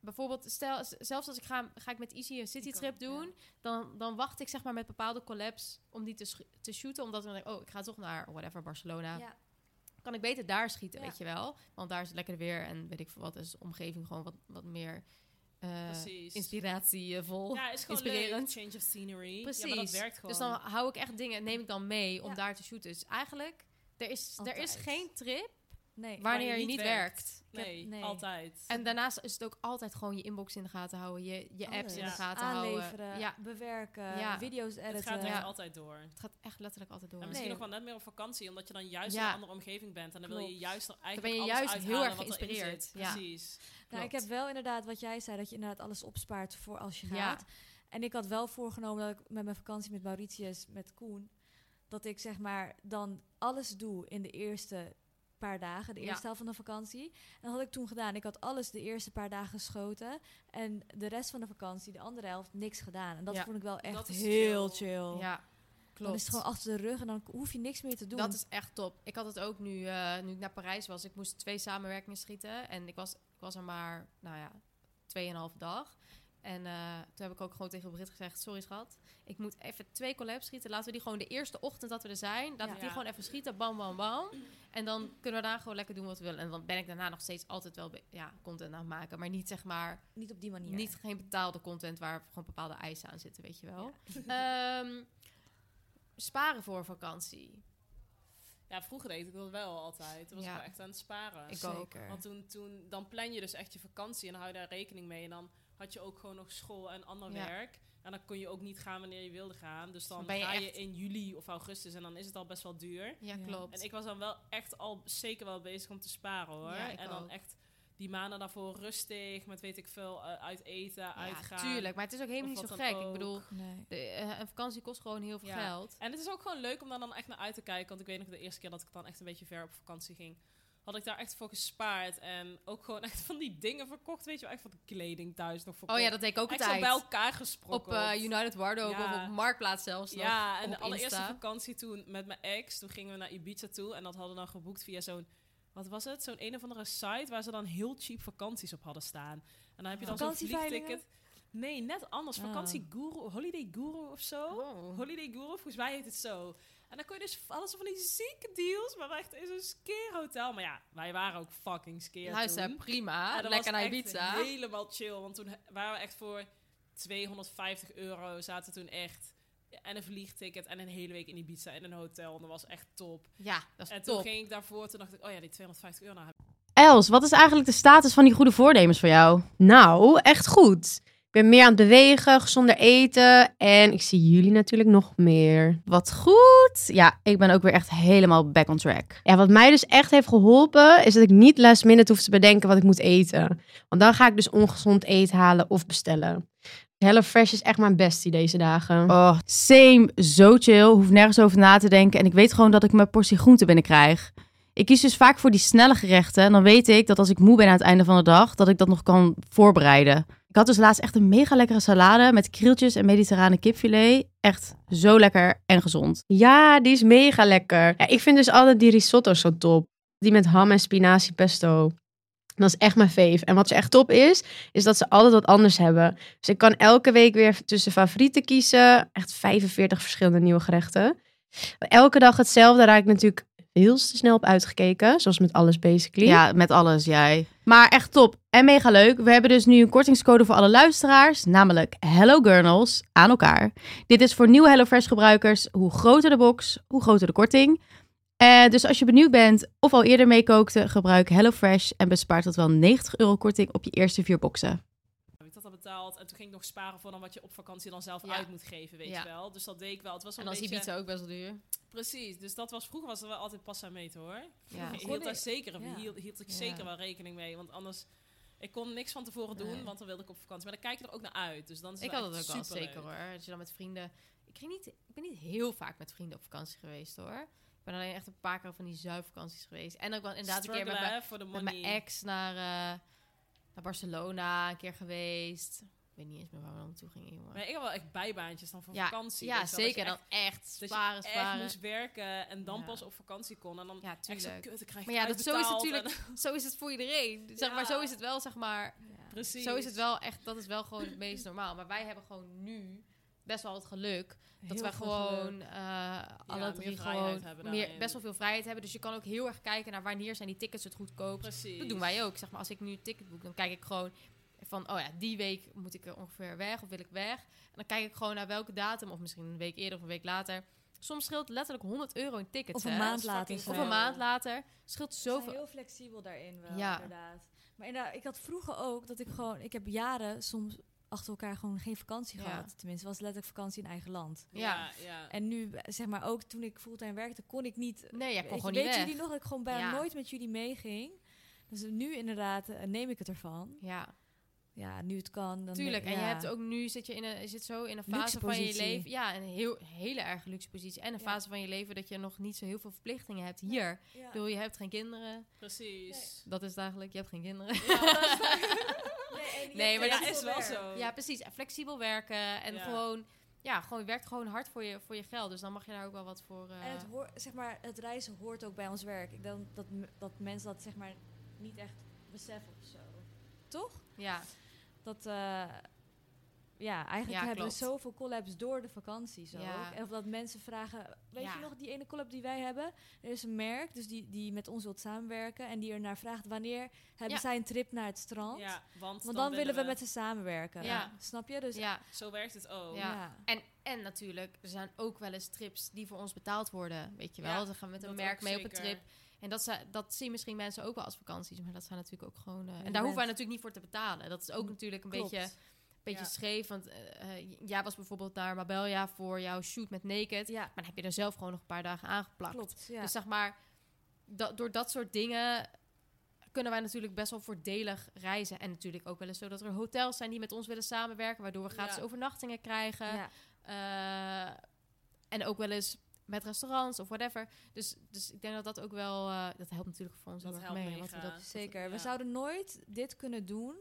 Speaker 2: bijvoorbeeld, stel, z- zelfs als ik ga, ga ik met Easy een citytrip
Speaker 3: kan, ja.
Speaker 2: doen, dan, dan wacht ik zeg maar met bepaalde collabs om die te, sch- te shooten. Omdat ik denk, oh, ik ga toch naar whatever, Barcelona.
Speaker 4: Ja.
Speaker 2: Kan ik beter daar schieten,
Speaker 4: Ja.
Speaker 2: weet je wel? Want daar is het lekker weer en weet ik veel wat, is de omgeving gewoon wat, wat meer eh,
Speaker 3: Precies.
Speaker 2: inspiratievol.
Speaker 3: ja, is gewoon leuk.
Speaker 2: inspirerend.
Speaker 3: Change of scenery.
Speaker 2: Precies.
Speaker 3: Ja, maar dat werkt gewoon.
Speaker 2: Dus dan hou ik echt dingen, neem ik dan mee om
Speaker 4: Ja.
Speaker 2: daar te shooten. Dus eigenlijk, er is, er is
Speaker 4: Altijd.
Speaker 2: geen trip
Speaker 4: Nee.
Speaker 2: wanneer je niet werkt.
Speaker 4: heb-
Speaker 3: Nee,
Speaker 4: nee.
Speaker 3: altijd.
Speaker 2: En daarnaast is het ook altijd gewoon je inbox in de gaten houden, je, je apps
Speaker 4: Alles.
Speaker 2: in de
Speaker 3: Ja.
Speaker 2: gaten
Speaker 4: Oh, Aanleveren,
Speaker 2: houden. Ja,
Speaker 4: bewerken,
Speaker 2: Ja.
Speaker 4: video's editen.
Speaker 3: het gaat echt
Speaker 2: eh, Ja.
Speaker 3: altijd door.
Speaker 2: het gaat echt letterlijk altijd door.
Speaker 3: En misschien nog wel net meer op vakantie, omdat je dan juist
Speaker 2: Ja.
Speaker 3: in een andere omgeving bent. En dan wil je
Speaker 4: Klopt.
Speaker 3: juist er
Speaker 2: Dan
Speaker 3: eigenlijk
Speaker 2: ben je
Speaker 3: alles
Speaker 2: juist heel
Speaker 3: uithalen
Speaker 2: erg
Speaker 3: wat erin
Speaker 2: geïnspireerd.
Speaker 3: zit.
Speaker 2: Ja.
Speaker 3: Precies.
Speaker 4: Nou, ik
Speaker 2: Klopt.
Speaker 4: heb wel inderdaad wat jij zei, dat je inderdaad alles opspaart voor als je gaat. En ik had wel voorgenomen dat ik met mijn vakantie met Mauritius, met Koen, dat ik zeg maar dan alles doe in de eerste paar dagen, de
Speaker 2: Ja.
Speaker 4: eerste helft van de vakantie. En dat had ik toen gedaan. Ik had alles de eerste paar dagen geschoten en de rest van de vakantie, de andere helft, niks gedaan. En dat
Speaker 2: Ja.
Speaker 4: vond ik wel echt
Speaker 3: Dat is
Speaker 4: heel
Speaker 3: chill.
Speaker 4: chill.
Speaker 2: Ja, klopt.
Speaker 4: Dan is het gewoon achter de rug en dan hoef je niks meer te doen.
Speaker 2: Dat is echt top. Ik had het ook nu, eh, nu ik naar Parijs was. Ik moest twee samenwerkingen schieten. En ik was, ik was er maar, nou ja, tweeënhalve dag. En eh, toen heb ik ook gewoon tegen Britt gezegd... Sorry schat, ik moet even twee collabs schieten. Laten we die gewoon de eerste ochtend dat we er zijn... laten
Speaker 4: Ja.
Speaker 2: we die
Speaker 3: Ja.
Speaker 2: gewoon even schieten. Bam, bam, bam. En dan kunnen we daar gewoon lekker doen wat we willen. En dan ben ik daarna nog steeds altijd wel be- ja, content aan het maken. Maar niet zeg maar...
Speaker 4: Niet op die manier.
Speaker 2: Niet geen betaalde content waar gewoon bepaalde eisen aan zitten, weet je wel. Ehm, sparen voor vakantie.
Speaker 3: Ja, vroeger deed ik dat wel altijd. Toen was
Speaker 2: Ja.
Speaker 3: ik wel echt aan het sparen.
Speaker 2: Ik ook.
Speaker 4: Zeker.
Speaker 3: Want toen, toen, dan plan je dus echt je vakantie en dan hou je daar rekening mee. En dan had je ook gewoon nog school en ander
Speaker 2: Ja.
Speaker 3: werk. En dan kon je ook niet gaan wanneer je wilde gaan. Dus dan
Speaker 2: Dan ben je
Speaker 3: ga je
Speaker 2: echt-
Speaker 3: in juli of augustus en dan is het al best wel duur.
Speaker 2: Ja,
Speaker 4: Ja.
Speaker 2: klopt.
Speaker 3: En ik was dan wel echt al zeker wel bezig om te sparen hoor.
Speaker 2: Ja, ik
Speaker 3: en dan
Speaker 2: ook.
Speaker 3: echt die maanden daarvoor rustig met weet ik veel eh, uit eten, uitgaan.
Speaker 2: tuurlijk. Maar het is ook helemaal
Speaker 3: Of
Speaker 2: niet zo
Speaker 3: wat dan
Speaker 2: gek. Ik
Speaker 3: ook.
Speaker 2: bedoel,
Speaker 4: Nee.
Speaker 2: de, eh, een vakantie kost gewoon heel veel
Speaker 3: Ja.
Speaker 2: geld.
Speaker 3: En het is ook gewoon leuk om daar dan echt naar uit te kijken. Want ik weet nog de eerste keer dat ik dan echt een beetje ver op vakantie ging. Had ik daar echt voor gespaard. En ook gewoon echt van die dingen verkocht. Weet je wel, echt van de kleding thuis nog verkocht.
Speaker 2: Oh ja, dat deed ik ook
Speaker 3: Echt zo
Speaker 2: altijd.
Speaker 3: bij elkaar
Speaker 2: op
Speaker 3: gesproken.
Speaker 2: eh, United Wardrobe
Speaker 3: Ja.
Speaker 2: of op Marktplaats zelfs nog.
Speaker 3: Ja, en
Speaker 2: op
Speaker 3: de allereerste
Speaker 2: Insta.
Speaker 3: vakantie toen met mijn ex, toen gingen we naar Ibiza toe en dat hadden we dan geboekt via zo'n, wat was het? Zo'n een of andere site waar ze dan heel cheap vakanties op hadden staan. En dan heb je dan zo'n
Speaker 4: Vakantieveilingen?
Speaker 3: vliegticket. Nee, net anders.
Speaker 4: Ah.
Speaker 3: Vakantieguru, Holiday Guru of zo.
Speaker 2: Oh.
Speaker 3: Holiday Guru, volgens mij heet het zo. En dan kon je dus alles van die zieke deals, maar echt in zo'n skeerhotel. Maar ja, wij waren ook fucking skeer
Speaker 2: Luister,
Speaker 3: toen.
Speaker 2: prima.
Speaker 3: Ja, dat
Speaker 2: Lekker
Speaker 3: was
Speaker 2: naar
Speaker 3: echt
Speaker 2: Ibiza.
Speaker 3: Helemaal chill. Want toen he- waren we echt voor 250 euro zaten toen echt. En een vliegticket en een hele week in Ibiza en een hotel. En dat was echt top.
Speaker 2: Ja, dat
Speaker 3: en
Speaker 2: is
Speaker 3: toen
Speaker 2: top.
Speaker 3: ging ik daarvoor, toen dacht ik, oh ja, die 250 euro. Nou,
Speaker 6: Els, wat is eigenlijk de status van die goede voornemens voor jou?
Speaker 5: Nou, echt goed. Ik ben meer aan het bewegen, gezonder eten. En ik zie jullie natuurlijk nog meer.
Speaker 6: Wat goed. Ja, ik ben ook weer echt helemaal back on track.
Speaker 5: Ja, wat mij dus echt heeft geholpen, is dat ik niet last minute hoef te bedenken wat ik moet eten. Want dan ga ik dus ongezond eten halen of bestellen. HelloFresh is echt mijn bestie deze dagen.
Speaker 6: Oh, same. Zo chill. Hoef nergens over na te denken. En ik weet gewoon dat ik mijn portie groente binnenkrijg. Ik kies dus vaak voor die snelle gerechten. En dan weet ik dat als ik moe ben aan het einde van de dag, dat ik dat nog kan voorbereiden. Ik had dus laatst echt een mega lekkere salade met krieltjes en mediterrane kipfilet. Echt zo lekker en gezond.
Speaker 5: Ja, die is mega lekker. Ja, ik vind dus altijd die risotto zo top. Die met ham en spinazie pesto. Dat is echt mijn fave. En wat ze echt top is, is dat ze altijd wat anders hebben. Dus ik kan elke week weer tussen favorieten kiezen. Echt 45 verschillende nieuwe gerechten. Elke dag hetzelfde raak ik natuurlijk heel te snel op uitgekeken. Zoals met alles basically.
Speaker 6: Ja, met alles, jij. Maar echt top en mega leuk. We hebben dus nu een kortingscode voor alle luisteraars, namelijk Hello Gurnals aan elkaar. Dit is voor nieuwe HelloFresh gebruikers. Hoe groter de box, hoe groter de korting. Eh, dus als je benieuwd bent of al eerder meekookte, gebruik HelloFresh en bespaart tot wel 90 euro korting op je eerste vier boxen.
Speaker 3: heb ik dat al betaald. En toen ging ik nog sparen voor dan wat je op vakantie dan zelf
Speaker 2: Ja.
Speaker 3: uit moet geven, weet
Speaker 2: Ja.
Speaker 3: je wel. Dus dat deed ik wel. Het was wel
Speaker 2: En dan is
Speaker 3: een beetje...
Speaker 2: Ibiza ook best wel duur.
Speaker 3: Precies. Dus dat was vroeger was er wel altijd pas aan meten, hoor.
Speaker 2: Ja.
Speaker 3: Ik
Speaker 4: Kon
Speaker 3: hield daar
Speaker 4: ik-
Speaker 3: zeker,
Speaker 4: ja.
Speaker 3: hield, hield ik
Speaker 2: Ja.
Speaker 3: zeker wel rekening mee. Want anders, ik kon niks van tevoren doen,
Speaker 2: Nee.
Speaker 3: want dan wilde ik op vakantie. Maar dan kijk je er ook naar uit. Dus dan is het
Speaker 2: Ik had
Speaker 3: wel
Speaker 2: dat ook
Speaker 3: echt
Speaker 2: wel
Speaker 3: superleuk.
Speaker 2: zeker hoor. Dat je dan met vrienden. Ik, ging niet, ik ben niet heel vaak met vrienden op vakantie geweest hoor. Ik ben alleen echt een paar keer van die zuivvakanties geweest. En ook wel inderdaad een keer met
Speaker 3: Struggelen,
Speaker 2: mijn,
Speaker 3: hè, voor de
Speaker 2: met
Speaker 3: money.
Speaker 2: mijn ex naar, eh, naar Barcelona een keer geweest. Ik weet niet eens meer waar we dan naartoe gingen, jongen.
Speaker 3: Maar ik heb wel echt bijbaantjes dan voor
Speaker 2: Ja,
Speaker 3: vakantie.
Speaker 2: ja,
Speaker 3: weet je wel, dat je
Speaker 2: zeker.
Speaker 3: echt-
Speaker 2: Dan echt
Speaker 3: dat je
Speaker 2: sparen,
Speaker 3: echt
Speaker 2: sparen.
Speaker 3: moest werken en dan
Speaker 2: Ja.
Speaker 3: pas op vakantie kon. En dan
Speaker 2: Ja,
Speaker 3: echt zo,
Speaker 2: tuurlijk.
Speaker 3: kut, ik krijg
Speaker 2: Maar ja,
Speaker 3: het
Speaker 2: dat, zo is het
Speaker 3: uitbetaald en-
Speaker 2: natuurlijk. Zo is het voor iedereen. Zeg maar,
Speaker 3: Ja.
Speaker 2: zo is het wel, zeg maar.
Speaker 3: Precies.
Speaker 2: Zo is het wel echt. Dat is wel gewoon het meest normaal. Maar wij hebben gewoon nu best wel het geluk dat
Speaker 4: Heel
Speaker 2: wij
Speaker 4: veel
Speaker 2: gewoon
Speaker 4: geluk.
Speaker 2: eh, alle
Speaker 3: meer
Speaker 2: drie
Speaker 3: vrijheid
Speaker 2: gewoon
Speaker 3: hebben
Speaker 2: meer,
Speaker 3: daarin.
Speaker 2: best wel veel vrijheid hebben. Dus je kan ook heel erg kijken naar wanneer zijn die tickets het goedkoopst.
Speaker 3: Precies.
Speaker 2: Dat doen wij ook. Zeg maar, als ik nu een ticket boek, dan kijk ik gewoon van, oh ja, die week moet ik er ongeveer weg of wil ik weg. En dan kijk ik gewoon naar welke datum, of misschien een week eerder of een week later. Soms scheelt letterlijk 100 euro in tickets.
Speaker 4: Of een
Speaker 2: hè.
Speaker 4: maand
Speaker 3: is
Speaker 4: later.
Speaker 3: fucking
Speaker 4: zo.
Speaker 2: Of
Speaker 3: Ja.
Speaker 2: een maand later. Scheelt
Speaker 4: Ze zijn
Speaker 2: zoveel.
Speaker 4: heel flexibel daarin wel,
Speaker 2: Ja.
Speaker 4: inderdaad. Maar inderdaad, ik had vroeger ook dat ik gewoon... Ik heb jaren soms achter elkaar gewoon geen vakantie
Speaker 2: Ja.
Speaker 4: gehad. Tenminste, het was letterlijk vakantie in eigen land.
Speaker 3: Ja, ja.
Speaker 4: En nu, eh, zeg maar, ook toen ik fulltime werkte, kon ik niet...
Speaker 2: Nee, jij
Speaker 4: weet
Speaker 2: kon
Speaker 4: je-
Speaker 2: gewoon
Speaker 4: weet
Speaker 2: niet weg.
Speaker 4: jullie nog dat ik gewoon bijna
Speaker 2: Ja.
Speaker 4: nooit met jullie meeging? Dus nu inderdaad eh, neem ik het ervan.
Speaker 2: Ja,
Speaker 4: Ja, nu het kan. Dan
Speaker 2: tuurlijk. En
Speaker 4: ja.
Speaker 2: je hebt ook nu zit je in een, je zit zo in een fase
Speaker 4: Luxe
Speaker 2: van je
Speaker 4: positie.
Speaker 2: leven. Ja, een heel, hele erg luxe positie. En een
Speaker 4: Ja.
Speaker 2: fase van je leven dat je nog niet zo heel veel verplichtingen hebt hier.
Speaker 4: Ja.
Speaker 2: Ik bedoel, je hebt geen kinderen.
Speaker 3: precies.
Speaker 2: Dat is het eigenlijk. Je hebt geen kinderen.
Speaker 4: Nee, en je
Speaker 2: Nee,
Speaker 4: hebt
Speaker 2: maar
Speaker 4: heel
Speaker 3: Ja,
Speaker 2: dat
Speaker 4: veel
Speaker 3: is wel
Speaker 4: werk.
Speaker 3: zo.
Speaker 2: Ja, precies. En flexibel werken. En
Speaker 3: Ja.
Speaker 2: gewoon, ja, gewoon, je werkt gewoon hard voor je, voor je geld. Dus dan mag je daar ook wel wat voor. eh,
Speaker 4: En het, hoor, zeg maar, het reizen hoort ook bij ons werk. Ik denk dat, m- dat mensen dat zeg maar niet echt beseffen of zo. Toch?
Speaker 2: ja,
Speaker 4: Dat, eh, ja, eigenlijk
Speaker 2: Ja,
Speaker 4: hebben
Speaker 2: klopt.
Speaker 4: we zoveel collabs door de vakanties ook.
Speaker 2: Ja.
Speaker 4: En of dat mensen vragen, weet
Speaker 2: Ja.
Speaker 4: je nog die ene collab die wij hebben? Er is een merk dus die, die met ons wilt samenwerken en die ernaar vraagt wanneer hebben
Speaker 2: Ja.
Speaker 4: zij een trip naar het strand?
Speaker 3: Ja, want,
Speaker 4: Want dan, willen we met ze samenwerken.
Speaker 2: Ja.
Speaker 4: Snap je? Dus
Speaker 2: ja.
Speaker 3: Zo werkt het ook.
Speaker 2: Ja. En, en natuurlijk, er zijn ook wel eens trips die voor ons betaald worden. Weet je wel,
Speaker 3: Ja,
Speaker 2: dan gaan we met een
Speaker 3: dat
Speaker 2: merk
Speaker 3: ook
Speaker 2: mee op een
Speaker 3: zeker.
Speaker 2: trip. En dat, ze, dat zien misschien mensen ook wel als vakanties. Maar dat zijn natuurlijk ook gewoon. eh, en daar
Speaker 4: bent-
Speaker 2: hoeven wij natuurlijk niet voor te betalen. Dat is ook natuurlijk een
Speaker 4: klopt.
Speaker 2: beetje, beetje
Speaker 3: Ja.
Speaker 2: scheef. Want eh, eh, jij was bijvoorbeeld naar Mabelja voor jouw shoot met Naked.
Speaker 4: Ja,
Speaker 2: Maar dan heb je er zelf gewoon nog een paar dagen aangeplakt.
Speaker 4: klopt. Ja.
Speaker 2: Dus zeg maar, dat, door dat soort dingen kun kunnen wij natuurlijk best wel voordelig reizen. En natuurlijk ook wel eens zo dat er hotels zijn die met ons willen samenwerken, waardoor we gratis
Speaker 3: Ja.
Speaker 2: overnachtingen krijgen.
Speaker 4: Ja.
Speaker 2: Eh, en ook wel eens met restaurants of whatever. Dus, dus ik denk dat dat ook wel... eh, dat helpt natuurlijk voor ons
Speaker 3: Dat
Speaker 2: heel erg
Speaker 3: helpt
Speaker 2: mee. want we
Speaker 3: mega.
Speaker 2: dat,
Speaker 4: Zeker. We
Speaker 3: Ja.
Speaker 4: zouden nooit dit kunnen doen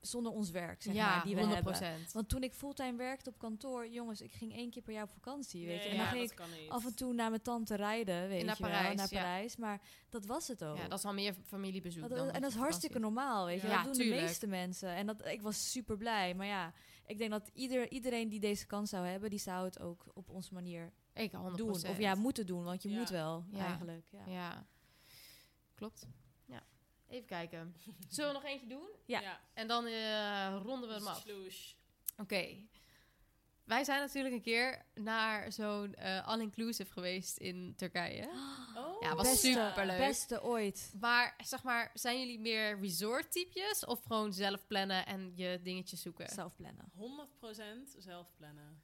Speaker 4: zonder ons werk, zeg
Speaker 2: ja,
Speaker 4: maar, die we
Speaker 2: 100
Speaker 4: hebben. Want toen ik fulltime werkte op kantoor, jongens, ik ging één keer per jaar op vakantie, weet
Speaker 3: Nee,
Speaker 4: je. En dan
Speaker 3: ja,
Speaker 4: ging
Speaker 3: dat
Speaker 4: ik
Speaker 3: kan niet.
Speaker 4: af en toe naar mijn tante rijden, weet
Speaker 2: En naar
Speaker 4: je wel,
Speaker 2: Parijs,
Speaker 4: naar
Speaker 2: ja.
Speaker 4: Parijs. Maar dat was het ook.
Speaker 2: Ja, dat is al meer familiebezoek.
Speaker 4: Dat-
Speaker 2: dan
Speaker 4: en dat is hartstikke normaal, weet je.
Speaker 2: Ja,
Speaker 4: dat doen
Speaker 2: tuurlijk.
Speaker 4: de meeste mensen. En dat, ik was super blij. Maar ja, ik denk dat ieder, iedereen die deze kans zou hebben, die zou het ook op onze manier
Speaker 2: Ik 100
Speaker 4: doen. Of ja, moeten doen, want je
Speaker 3: Ja.
Speaker 4: moet wel
Speaker 2: Ja.
Speaker 4: eigenlijk. Ja.
Speaker 2: Ja, klopt. Ja. Even kijken. Zullen we nog eentje doen?
Speaker 4: ja.
Speaker 2: En dan eh, ronden we hem af. Oké.
Speaker 3: Sloes.
Speaker 2: Wij zijn natuurlijk een keer naar zo'n eh, all-inclusive geweest in Turkije.
Speaker 3: Oh,
Speaker 2: Ja, was superleuk.
Speaker 4: Beste ooit.
Speaker 2: Maar zeg maar, zijn jullie meer resort-typjes of gewoon zelf plannen en je dingetjes zoeken?
Speaker 4: Zelf plannen.
Speaker 3: 100% zelf plannen.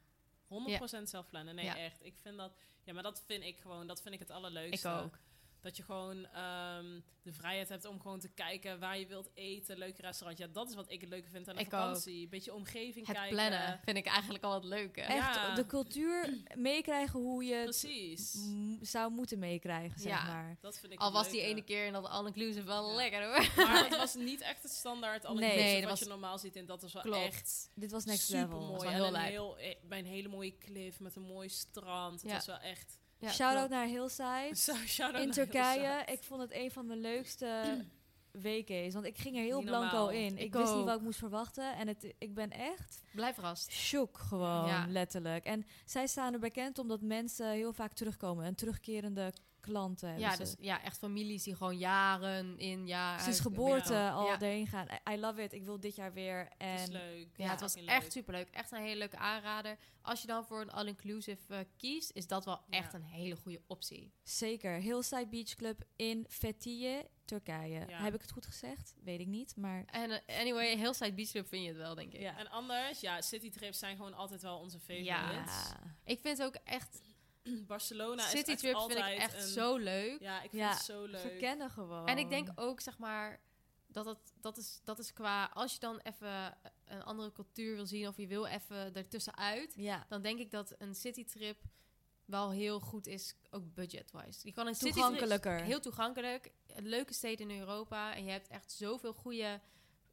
Speaker 3: 100% zelf plannen. Nee,
Speaker 2: Ja.
Speaker 3: echt. Ik vind dat. Ja, maar dat vind ik gewoon. Dat vind ik het
Speaker 2: Ik
Speaker 3: allerleukste.
Speaker 2: ook.
Speaker 3: Dat je gewoon ehm, de vrijheid hebt om gewoon te kijken waar je wilt eten. Leuke restaurant. Ja, dat is wat ik het leuke vind aan een
Speaker 2: Ik ook.
Speaker 3: vakantie. Beetje omgeving
Speaker 2: Het
Speaker 3: kijken.
Speaker 2: plannen vind ik eigenlijk al het leuke.
Speaker 3: Ja.
Speaker 4: Echt de cultuur meekrijgen hoe je het
Speaker 3: Precies.
Speaker 4: m- zou moeten meekrijgen, zeg
Speaker 2: Ja.
Speaker 4: maar.
Speaker 3: Dat vind ik
Speaker 2: Al
Speaker 3: het
Speaker 2: was die
Speaker 3: leuke.
Speaker 2: ene keer in dat all-inclusive wel
Speaker 3: Ja.
Speaker 2: lekker hoor.
Speaker 3: Maar het was niet echt het standaard alle
Speaker 4: Nee,
Speaker 2: dat
Speaker 3: wat
Speaker 2: was-
Speaker 3: je normaal ziet. En dat is wel
Speaker 2: Klopt.
Speaker 3: echt
Speaker 4: Dit was next
Speaker 3: super
Speaker 4: level.
Speaker 2: was
Speaker 3: mooi.
Speaker 2: wel
Speaker 3: En
Speaker 2: heel
Speaker 3: een
Speaker 2: lijp.
Speaker 3: heel, eh, bij een hele mooie klif met een mooi strand. Het
Speaker 2: Ja.
Speaker 3: was wel echt...
Speaker 2: Ja,
Speaker 4: Shout-out naar Hillside.
Speaker 3: Zo, shout-out
Speaker 4: in
Speaker 3: naar heel
Speaker 4: Turkije.
Speaker 3: Zuid.
Speaker 4: Ik vond het een van mijn leukste weken is. Want ik ging er heel
Speaker 3: Niet
Speaker 4: blanco
Speaker 3: normaal.
Speaker 4: in. Ik,
Speaker 2: Ik
Speaker 4: wist
Speaker 2: ook.
Speaker 4: niet wat ik moest verwachten. En het, ik ben echt
Speaker 2: Blijf verrast.
Speaker 4: shook gewoon,
Speaker 2: Ja.
Speaker 4: letterlijk. En zij staan er bekend omdat mensen heel vaak terugkomen. En terugkerende klanten hebben
Speaker 2: Ja,
Speaker 4: ze.
Speaker 2: dus
Speaker 3: eh,
Speaker 2: ja, echt families die gewoon jaren in, jaar
Speaker 4: Sinds
Speaker 2: uit-
Speaker 4: geboorte
Speaker 2: Ja.
Speaker 4: al
Speaker 2: Ja.
Speaker 4: daarheen gaan. I- I love it. Ik wil dit jaar weer.
Speaker 3: Het is
Speaker 4: En
Speaker 3: leuk.
Speaker 2: Ja, het was
Speaker 3: Fucking leuk.
Speaker 2: echt superleuk. Echt een hele leuke aanrader. Als je dan voor een all-inclusive eh, kiest, is dat wel
Speaker 3: Ja.
Speaker 2: echt een hele goede optie.
Speaker 4: zeker, Hillside Beach Club in Fethiye, Turkije.
Speaker 3: Ja.
Speaker 4: Heb ik het goed gezegd? Weet ik niet, maar...
Speaker 2: En eh, anyway, heel Side Beach Club vind je het wel, denk ik.
Speaker 3: En anders, ja, citytrips zijn gewoon altijd wel onze favorites.
Speaker 4: Ja.
Speaker 2: Ik vind ook echt,
Speaker 3: Barcelona Nou, is echt
Speaker 2: citytrips vind ik
Speaker 3: altijd
Speaker 2: echt
Speaker 3: een-
Speaker 2: zo leuk.
Speaker 3: Ja, ik vind
Speaker 4: Ja,
Speaker 3: het zo leuk.
Speaker 4: Ze kennen gewoon.
Speaker 2: En ik denk ook, zeg maar, dat het, dat, is, dat is qua... Als je dan even een andere cultuur wil zien of je wil even ertussenuit...
Speaker 4: Ja.
Speaker 2: dan denk ik dat een citytrip wel heel goed is, ook budget-wise. Je kan een citytrip-
Speaker 4: Toegankelijker.
Speaker 2: heel toegankelijk, een leuke steden in Europa en je hebt echt zoveel goede,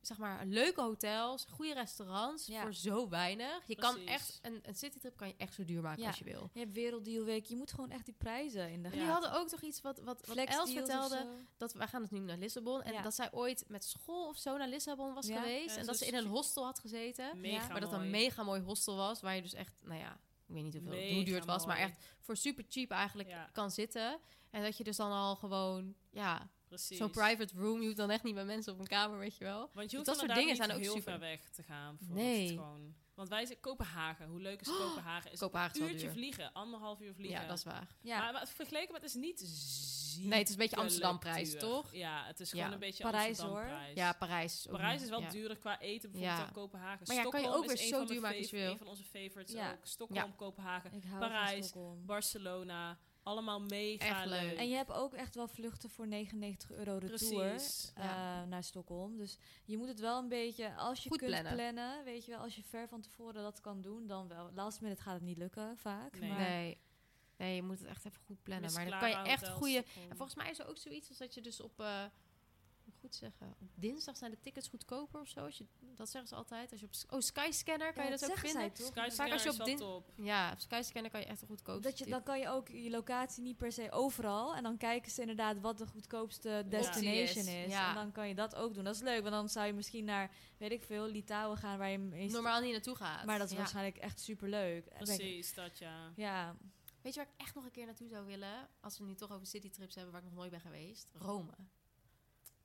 Speaker 2: zeg maar, leuke hotels, goede restaurants
Speaker 4: Ja.
Speaker 2: voor zo weinig. Je kan
Speaker 3: Precies.
Speaker 2: echt een, een citytrip kan je echt zo duur maken
Speaker 4: Ja.
Speaker 2: als je wil.
Speaker 4: Je hebt Werelddealweek. Je moet gewoon echt die prijzen in de
Speaker 2: En die hadden ook toch iets wat, wat, wat Els vertelde, dat wij gaan dus nu naar Lissabon en
Speaker 4: Ja.
Speaker 2: dat zij ooit met school of zo naar Lissabon was
Speaker 4: Ja.
Speaker 2: geweest
Speaker 3: Ja,
Speaker 2: en
Speaker 3: dat
Speaker 2: dat
Speaker 3: is
Speaker 2: ze in een hostel had gezeten.
Speaker 3: Mega
Speaker 4: Ja.
Speaker 2: Maar dat
Speaker 3: mooi.
Speaker 2: een mega mooi hostel was, waar je dus echt, nou ja, ik weet niet hoeveel, hoe duur het
Speaker 3: Mega
Speaker 2: was, maar
Speaker 3: mooi.
Speaker 2: echt voor super cheap eigenlijk
Speaker 3: Ja.
Speaker 2: kan zitten. En dat je dus dan al gewoon, ja,
Speaker 3: Precies.
Speaker 2: zo'n private room, je hoeft dan echt niet bij mensen op een kamer, weet je wel.
Speaker 3: Want je hoeft
Speaker 2: dat soort dingen zijn ook
Speaker 3: heel
Speaker 2: super.
Speaker 3: ver weg te gaan. Voor
Speaker 2: Nee. Oh,
Speaker 3: het gewoon. Want wij zijn Kopenhagen. Hoe leuk is Kopenhagen? Is
Speaker 2: Kopenhagen is
Speaker 3: een
Speaker 2: wel
Speaker 3: uurtje
Speaker 2: duur.
Speaker 3: vliegen, anderhalf uur vliegen.
Speaker 2: Ja, dat is waar.
Speaker 4: Ja,
Speaker 3: Maar, maar vergeleken met het is niet ziekelijk
Speaker 2: Nee, het is een beetje Amsterdamprijs,
Speaker 3: duur.
Speaker 2: toch?
Speaker 3: Ja, het is
Speaker 2: Ja.
Speaker 3: gewoon een beetje
Speaker 4: Parijs, hoor.
Speaker 3: Amsterdamprijs.
Speaker 2: Ja, Parijs. is ook
Speaker 3: Parijs
Speaker 2: niet-
Speaker 3: is wel
Speaker 2: ja.
Speaker 3: duur qua eten bijvoorbeeld
Speaker 2: Ja.
Speaker 3: dan Kopenhagen.
Speaker 2: Maar ja, kan je
Speaker 3: Stockholm
Speaker 2: ook weer
Speaker 3: is een
Speaker 2: zo
Speaker 3: van mijn
Speaker 2: duur maken als je
Speaker 3: fav-
Speaker 2: wil.
Speaker 3: Een van onze favorites
Speaker 4: Ja.
Speaker 3: ook. Stockholm, Kopenhagen,
Speaker 4: ik hou
Speaker 3: Parijs.
Speaker 4: van Stockholm.
Speaker 3: Barcelona. Allemaal mega
Speaker 2: Echt leuk.
Speaker 3: leuk.
Speaker 4: En je hebt ook echt wel vluchten voor 99 euro retour
Speaker 3: Precies.
Speaker 4: eh,
Speaker 2: Ja.
Speaker 4: naar Stockholm. Dus je moet het wel een beetje, als je
Speaker 2: Goed
Speaker 4: kunt
Speaker 2: plannen.
Speaker 4: plannen. weet je wel, als je ver van tevoren dat kan doen, dan wel. Last minute gaat het niet lukken vaak.
Speaker 3: Nee.
Speaker 4: Maar
Speaker 2: Nee. nee, je moet het echt even goed plannen.
Speaker 3: Miss
Speaker 2: nou, maar dan kan
Speaker 3: Clara
Speaker 2: je echt
Speaker 3: Hotel
Speaker 2: goede...
Speaker 3: Stockholm.
Speaker 2: En volgens mij is er ook zoiets als dat je dus op... eh, moet ik goed zeggen. Op dinsdag zijn de tickets goedkoper of zo. Als je, dat zeggen ze altijd. Als je op, s- oh, Skyscanner kan
Speaker 4: Ja,
Speaker 2: je dat ook
Speaker 4: zeggen
Speaker 2: vinden.
Speaker 4: zij toch?
Speaker 3: Skyscanner
Speaker 2: Vaak als je
Speaker 3: is
Speaker 2: op
Speaker 3: wel
Speaker 2: din-
Speaker 3: top.
Speaker 2: Ja, op Skyscanner kan je echt goedkoop
Speaker 4: Dat je, dan kan je ook je locatie niet per se overal. En dan kijken ze inderdaad wat de goedkoopste destination
Speaker 2: Optie is,
Speaker 4: is.
Speaker 2: ja.
Speaker 4: En dan kan je dat ook doen. Dat is leuk, want dan zou je misschien naar, weet ik veel, Litouwen gaan waar je meestal...
Speaker 2: normaal niet naartoe gaat.
Speaker 4: Maar dat is
Speaker 2: Ja.
Speaker 4: waarschijnlijk echt superleuk. En denk ik-
Speaker 3: Precies, dat ja.
Speaker 4: Ja,
Speaker 2: Weet je waar ik echt nog een keer naartoe zou willen? Als we nu toch over citytrips hebben waar ik nog nooit ben geweest. Rome.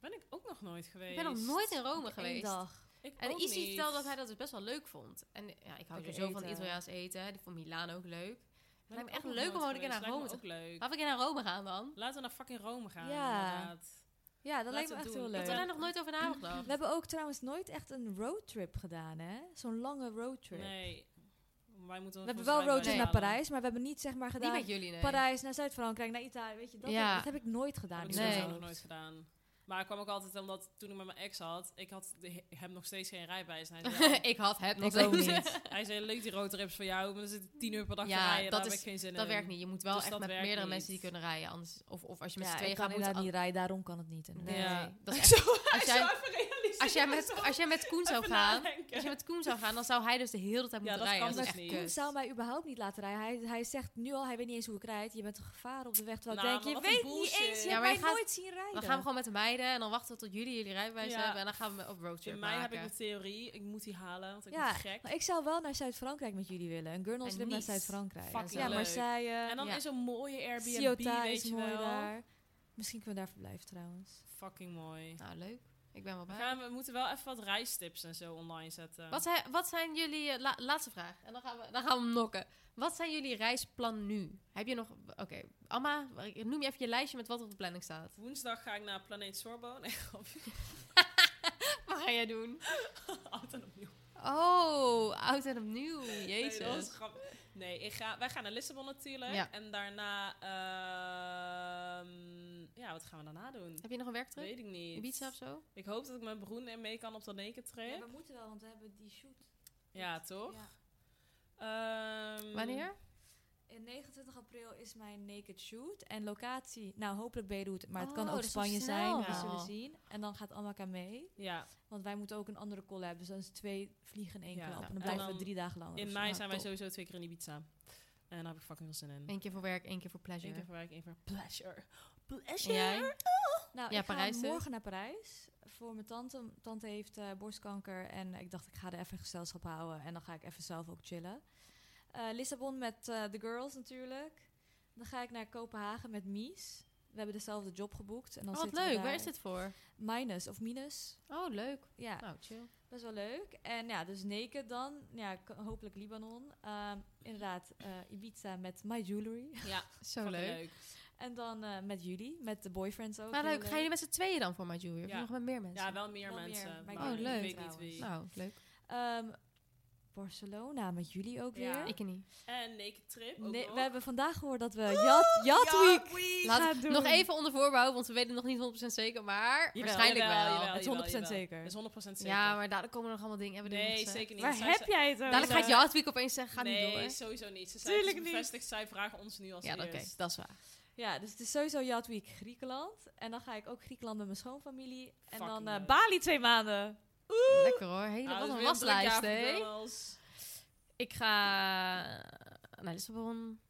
Speaker 3: Ben ik ook nog nooit
Speaker 2: Ik
Speaker 3: geweest.
Speaker 2: ben nog nooit in Rome
Speaker 4: één
Speaker 2: geweest.
Speaker 4: dag.
Speaker 3: Ik
Speaker 2: En
Speaker 3: ook
Speaker 2: Isi
Speaker 3: niet.
Speaker 2: vertelde dat hij dat dus best wel leuk vond. En ja, ik hou
Speaker 4: Lekker
Speaker 2: sowieso van
Speaker 4: eten.
Speaker 2: Italiaans eten. Die vond Milaan ook leuk.
Speaker 3: Ben
Speaker 2: Lijkt
Speaker 3: ik
Speaker 2: me
Speaker 3: ook
Speaker 2: echt leuk
Speaker 3: nog
Speaker 2: om
Speaker 3: nooit
Speaker 2: gewoon een keer naar
Speaker 3: geweest.
Speaker 2: Rome
Speaker 3: Lijkt me ook leuk.
Speaker 2: Laten we een keer naar Rome gaan dan.
Speaker 3: Laten we naar fucking Rome gaan.
Speaker 4: Ja.
Speaker 3: inderdaad.
Speaker 4: Ja, dat
Speaker 3: Laten
Speaker 4: lijkt me
Speaker 3: we
Speaker 4: echt
Speaker 3: doen.
Speaker 4: heel
Speaker 3: Dat
Speaker 2: Ik
Speaker 4: leuk.
Speaker 2: heb daar nog nooit over nagedacht.
Speaker 4: We hebben ook trouwens nooit echt een roadtrip gedaan, hè? Zo'n lange roadtrip.
Speaker 3: Nee. Wij moeten
Speaker 4: We
Speaker 3: ons
Speaker 4: hebben wel roadtrip
Speaker 2: Nee.
Speaker 4: naar Parijs, maar we hebben niet zeg maar
Speaker 2: Niet
Speaker 4: gedaan...
Speaker 2: met jullie, nee.
Speaker 4: Parijs naar Zuid-Frankrijk, naar Italië, weet je, dat,
Speaker 2: Ja.
Speaker 4: heb, dat heb ik nooit gedaan.
Speaker 3: Dat
Speaker 2: Nee.
Speaker 3: heb ik
Speaker 4: überhaupt.
Speaker 3: sowieso nog nooit gedaan. Maar ik kwam ook altijd omdat toen ik met mijn ex had, ik had de- hem nog steeds geen rijbewijs. En hij zei, "Ja,
Speaker 2: ik had het nog
Speaker 6: Ik ook
Speaker 2: steeds.
Speaker 6: niet.
Speaker 3: Hij zei, leuk die roadtrips voor jou, maar er zitten tien uur per dag
Speaker 2: Ja,
Speaker 3: te
Speaker 2: dat
Speaker 3: rijden, daar
Speaker 2: is-
Speaker 3: heb ik geen zin
Speaker 2: Dat
Speaker 3: in.
Speaker 2: werkt niet. Je moet wel
Speaker 3: Dus
Speaker 2: echt
Speaker 3: dat
Speaker 2: met
Speaker 3: werkt
Speaker 2: meerdere
Speaker 3: niet.
Speaker 2: mensen die kunnen rijden. Anders, of, of als je met
Speaker 4: Ja,
Speaker 2: z'n
Speaker 4: ik
Speaker 2: tweeën
Speaker 4: kan
Speaker 2: gaat, moet
Speaker 4: inderdaad
Speaker 2: al-
Speaker 4: niet rijden, daarom kan het niet. inderdaad.
Speaker 2: Nee,
Speaker 3: Ja.
Speaker 2: dat is
Speaker 3: Ik
Speaker 2: echt-
Speaker 3: zou-
Speaker 2: als,
Speaker 3: hij zou
Speaker 2: jij,
Speaker 3: even realiseren,
Speaker 2: als, jij
Speaker 3: hij
Speaker 2: met,
Speaker 3: zou
Speaker 2: als jij met Koen zou
Speaker 3: even
Speaker 2: gaan,
Speaker 3: nadenken.
Speaker 2: als je met Koen zou gaan, dan zou hij dus de hele tijd
Speaker 3: Ja,
Speaker 2: moeten
Speaker 3: dat
Speaker 2: rijden.
Speaker 3: kan
Speaker 2: dat is
Speaker 3: dus
Speaker 2: echt
Speaker 3: niet.
Speaker 2: kut.
Speaker 4: Koen zou mij überhaupt niet laten rijden. Hij, hij zegt nu al, hij weet niet eens hoe ik rijd. Je bent een gevaar op de weg. Terwijl
Speaker 3: Nou,
Speaker 4: ik denk,
Speaker 3: maar
Speaker 4: je
Speaker 3: wat
Speaker 4: weet
Speaker 3: een
Speaker 4: niet
Speaker 3: bullshit.
Speaker 4: eens. Je
Speaker 2: Ja,
Speaker 4: hebt
Speaker 2: maar
Speaker 4: mij
Speaker 2: je gaat-
Speaker 4: nooit zien rijden.
Speaker 2: Dan gaan we gewoon met de meiden en dan wachten we tot jullie jullie rijbewijs
Speaker 3: Ja.
Speaker 2: hebben. En dan gaan we op roadtrip
Speaker 3: In mei heb ik
Speaker 2: maken.
Speaker 3: mijn theorie, ik moet die halen, want ik
Speaker 4: Ja,
Speaker 3: ben gek.
Speaker 2: nou,
Speaker 4: maar ik zou wel naar Zuid-Frankrijk met jullie willen. Een
Speaker 2: En
Speaker 4: Gurnals trip naar
Speaker 2: Nice.
Speaker 4: Zuid-Frankrijk.
Speaker 3: Fucking
Speaker 4: ja,
Speaker 3: leuk.
Speaker 4: Marseille,
Speaker 3: En dan
Speaker 2: ja.
Speaker 3: is een mooie Airbnb,
Speaker 4: Ciotat
Speaker 3: weet
Speaker 4: is
Speaker 3: je
Speaker 4: mooi
Speaker 3: wel.
Speaker 4: daar. Misschien kunnen we daar verblijven trouwens.
Speaker 3: Fucking mooi.
Speaker 2: Nou, leuk. Ik ben wel
Speaker 3: We,
Speaker 2: bij.
Speaker 3: gaan, we moeten wel even wat reistips en zo online zetten.
Speaker 2: Wat zijn, wat zijn jullie... eh, la- laatste vraag. En dan gaan, we, dan gaan we hem nokken. Wat zijn jullie reisplan nu? Heb je nog... Oké, Amma, noem je even je lijstje met wat op de planning staat.
Speaker 3: Woensdag ga ik naar Planeet Sorbo. Nee, grapje.
Speaker 2: Wat ga jij doen?
Speaker 3: altijd opnieuw.
Speaker 2: Oh, oud en opnieuw. Jezus.
Speaker 3: Nee, dat was grap- nee ik ga, wij gaan naar Lissabon natuurlijk.
Speaker 2: Ja.
Speaker 3: En daarna... ehm, ja, wat gaan we daarna doen?
Speaker 2: Heb je nog een werktrip?
Speaker 3: Weet ik niet. Mm.
Speaker 2: Ibiza of zo?
Speaker 3: Ik hoop dat ik mijn broer mee kan op dat naked trip.
Speaker 4: moeten wel, want we hebben die shoot.
Speaker 3: Ja, toch?
Speaker 4: Ja.
Speaker 3: Ehm,
Speaker 2: Wanneer?
Speaker 4: In 29 april is mijn naked shoot. En locatie, nou hopelijk Beirut, maar het kan
Speaker 2: Oh,
Speaker 4: ook
Speaker 2: dat is wel
Speaker 4: Spanje zijn.
Speaker 2: snel.
Speaker 4: We
Speaker 2: Ja.
Speaker 4: zullen zien. En dan gaat Amaka mee.
Speaker 3: Ja,
Speaker 2: Oh,
Speaker 4: Want wij moeten ook een andere call hebben. Dus dan is twee vliegen in één
Speaker 3: Ja.
Speaker 4: klap. En
Speaker 3: En
Speaker 4: dan blijven
Speaker 3: dan
Speaker 4: we drie dagen langer.
Speaker 3: in
Speaker 4: of zo.
Speaker 3: mei
Speaker 2: Ah,
Speaker 4: Nou,
Speaker 3: zijn wij
Speaker 4: top.
Speaker 3: sowieso twee keer in Ibiza. En daar heb ik fucking veel zin in.
Speaker 2: Eén keer voor werk, één keer voor pleasure.
Speaker 3: Eén keer voor werk, één keer voor pleasure.
Speaker 2: En
Speaker 3: Pleasure!
Speaker 2: jij?
Speaker 4: Nou,
Speaker 2: Ja,
Speaker 4: ik
Speaker 2: Parijs dus.
Speaker 4: ga morgen naar Parijs voor mijn tante. Mijn Tante heeft eh, borstkanker en ik dacht ik ga er even gezelschap houden en dan ga ik even zelf ook chillen. Eh, Lissabon met eh The Girls natuurlijk. Dan ga ik naar Kopenhagen met Mies. We hebben dezelfde job geboekt. En dan
Speaker 2: Oh, wat
Speaker 4: zitten we
Speaker 2: leuk.
Speaker 4: daar.
Speaker 2: Waar is dit voor?
Speaker 4: Minus of minus.
Speaker 2: Oh, leuk.
Speaker 4: Ja,
Speaker 2: Nou, chill.
Speaker 4: best wel leuk. En ja, dus Naked dan. Ja, k- hopelijk Libanon. Ehm, inderdaad, eh, Ibiza met My Jewelry.
Speaker 3: Ja,
Speaker 2: Zo
Speaker 3: fucking
Speaker 2: leuk.
Speaker 4: en dan eh, met jullie, met de boyfriends ook.
Speaker 2: Maar
Speaker 4: heel
Speaker 2: Nou, leuk, gaan jullie met z'n tweeën dan voor My Jewelry? Of
Speaker 3: Ja.
Speaker 2: nog met meer mensen?
Speaker 3: Ja, wel meer
Speaker 4: Wel meer,
Speaker 3: mensen.
Speaker 4: maar
Speaker 2: ik
Speaker 3: maar
Speaker 2: weet
Speaker 3: ik
Speaker 2: niet
Speaker 3: weet niet
Speaker 4: trouwens.
Speaker 3: wie.
Speaker 2: Oh, Nou, leuk.
Speaker 4: Ehm, Barcelona met jullie ook
Speaker 3: Ja.
Speaker 4: weer.
Speaker 2: Ik niet.
Speaker 3: En Naked Trip ook
Speaker 4: Nee,
Speaker 3: nog.
Speaker 4: we hebben vandaag gehoord dat we Yacht, yacht Week
Speaker 2: Laat
Speaker 4: gaan
Speaker 2: ik
Speaker 4: doen.
Speaker 2: nog even onder voorbouw, want we weten het nog niet 100% zeker, maar
Speaker 3: Jawel,
Speaker 2: waarschijnlijk
Speaker 3: jawel,
Speaker 2: wel.
Speaker 3: jawel.
Speaker 4: Het is 100%
Speaker 3: jawel.
Speaker 4: zeker.
Speaker 3: Dat is 100% zeker.
Speaker 2: Ja, maar dadelijk komen er nog allemaal dingen. Hebben we eh, dit
Speaker 3: Nee,
Speaker 2: nog gezegd?
Speaker 3: zeker niet.
Speaker 4: Waar
Speaker 3: Zij
Speaker 4: heb
Speaker 3: ze-
Speaker 4: jij het over?
Speaker 2: Dadelijk gaat Jad Week opeens zeggen, ga
Speaker 3: nee,
Speaker 2: niet door. hè?
Speaker 3: sowieso niet. Ze zijn
Speaker 4: Tuurlijk
Speaker 3: dus
Speaker 4: niet.
Speaker 3: bevestigd. Zij vragen ons nu als
Speaker 2: Ja, dat- oké,
Speaker 3: eerst.
Speaker 2: dat is waar.
Speaker 4: Ja, dus het is sowieso Yacht Week Griekenland. En dan ga ik ook Griekenland met mijn schoonfamilie. En
Speaker 3: Fucking
Speaker 4: dan eh,
Speaker 3: leuk.
Speaker 4: Bali twee maanden.
Speaker 2: Lekker hoor, hele
Speaker 3: Ah,
Speaker 2: wat
Speaker 3: dat
Speaker 2: een
Speaker 3: is weer druk
Speaker 2: waslijst,
Speaker 3: jaar voor
Speaker 2: hè?
Speaker 3: girls.
Speaker 2: Ik ga naar Lissabon.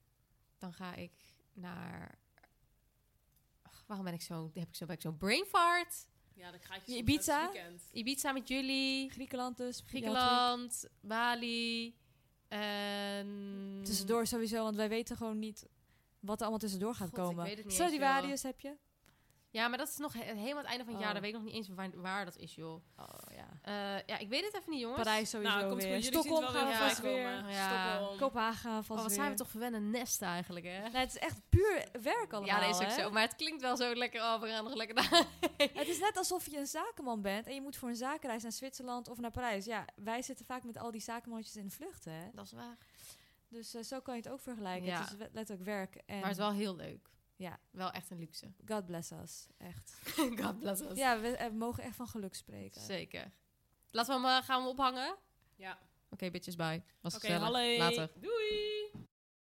Speaker 2: Dan ga ik naar... Ach, waarom ben ik zo... Heb ik zo, ben ik zo'n brain fart?
Speaker 3: Ja, dan krijg je
Speaker 4: Je
Speaker 3: soms
Speaker 4: Ibiza?
Speaker 3: het weekend.
Speaker 2: Ibiza met jullie.
Speaker 4: Griekenland dus. Yacht
Speaker 2: Griekenland, Bali. En...
Speaker 4: Week. Tussendoor sowieso, want wij weten gewoon niet wat er allemaal tussendoor gaat
Speaker 2: God, ik
Speaker 4: komen.
Speaker 2: weet het niet eens,
Speaker 4: Stradivarius heb je?
Speaker 2: Ja, maar dat is nog he- helemaal het einde van het
Speaker 4: Oh.
Speaker 2: jaar. Dan weet ik nog niet eens waar, waar dat is, joh.
Speaker 4: Oh ja.
Speaker 2: Eh, ja, ik weet het even niet, jongens.
Speaker 4: Parijs sowieso
Speaker 3: Nou, komt goed.
Speaker 4: weer.
Speaker 3: Jullie zien
Speaker 4: Stockholm
Speaker 3: het wel
Speaker 4: gaan we
Speaker 3: weer
Speaker 4: vast
Speaker 3: voorbij
Speaker 4: weer.
Speaker 3: komen.
Speaker 2: Ja.
Speaker 3: Stockholm.
Speaker 4: Kopenhagen gaan we
Speaker 2: Oh,
Speaker 4: vast
Speaker 2: wat
Speaker 4: weer.
Speaker 2: zijn we toch verwende nesten eigenlijk, hè?
Speaker 4: Nee, Nou, het is echt puur werk allemaal.
Speaker 2: ja, dat is ook
Speaker 4: hè?
Speaker 2: zo. Maar het klinkt wel zo lekker. Oh, we gaan nog lekker naar...
Speaker 4: Het is net alsof je een zakenman bent en je moet voor een zakenreis naar Zwitserland of naar Parijs. Ja, wij zitten vaak met al die zakenmantjes in de vlucht, hè?
Speaker 2: Dat is waar.
Speaker 4: Dus eh, zo kan je het ook vergelijken.
Speaker 2: Ja.
Speaker 4: Het is we- letterlijk werk en
Speaker 2: Maar het is wel heel leuk.
Speaker 4: Ja.
Speaker 2: Wel echt een luxe.
Speaker 4: God bless us, echt.
Speaker 2: God bless us.
Speaker 4: Ja, we, eh, mogen echt van geluk spreken.
Speaker 2: Zeker. Laten we hem, eh, gaan we hem ophangen. Oké,
Speaker 3: Ja.
Speaker 2: bitches, bye. Was
Speaker 3: Oké,
Speaker 2: gezellig.
Speaker 3: hallo.
Speaker 2: Later.
Speaker 3: Doei.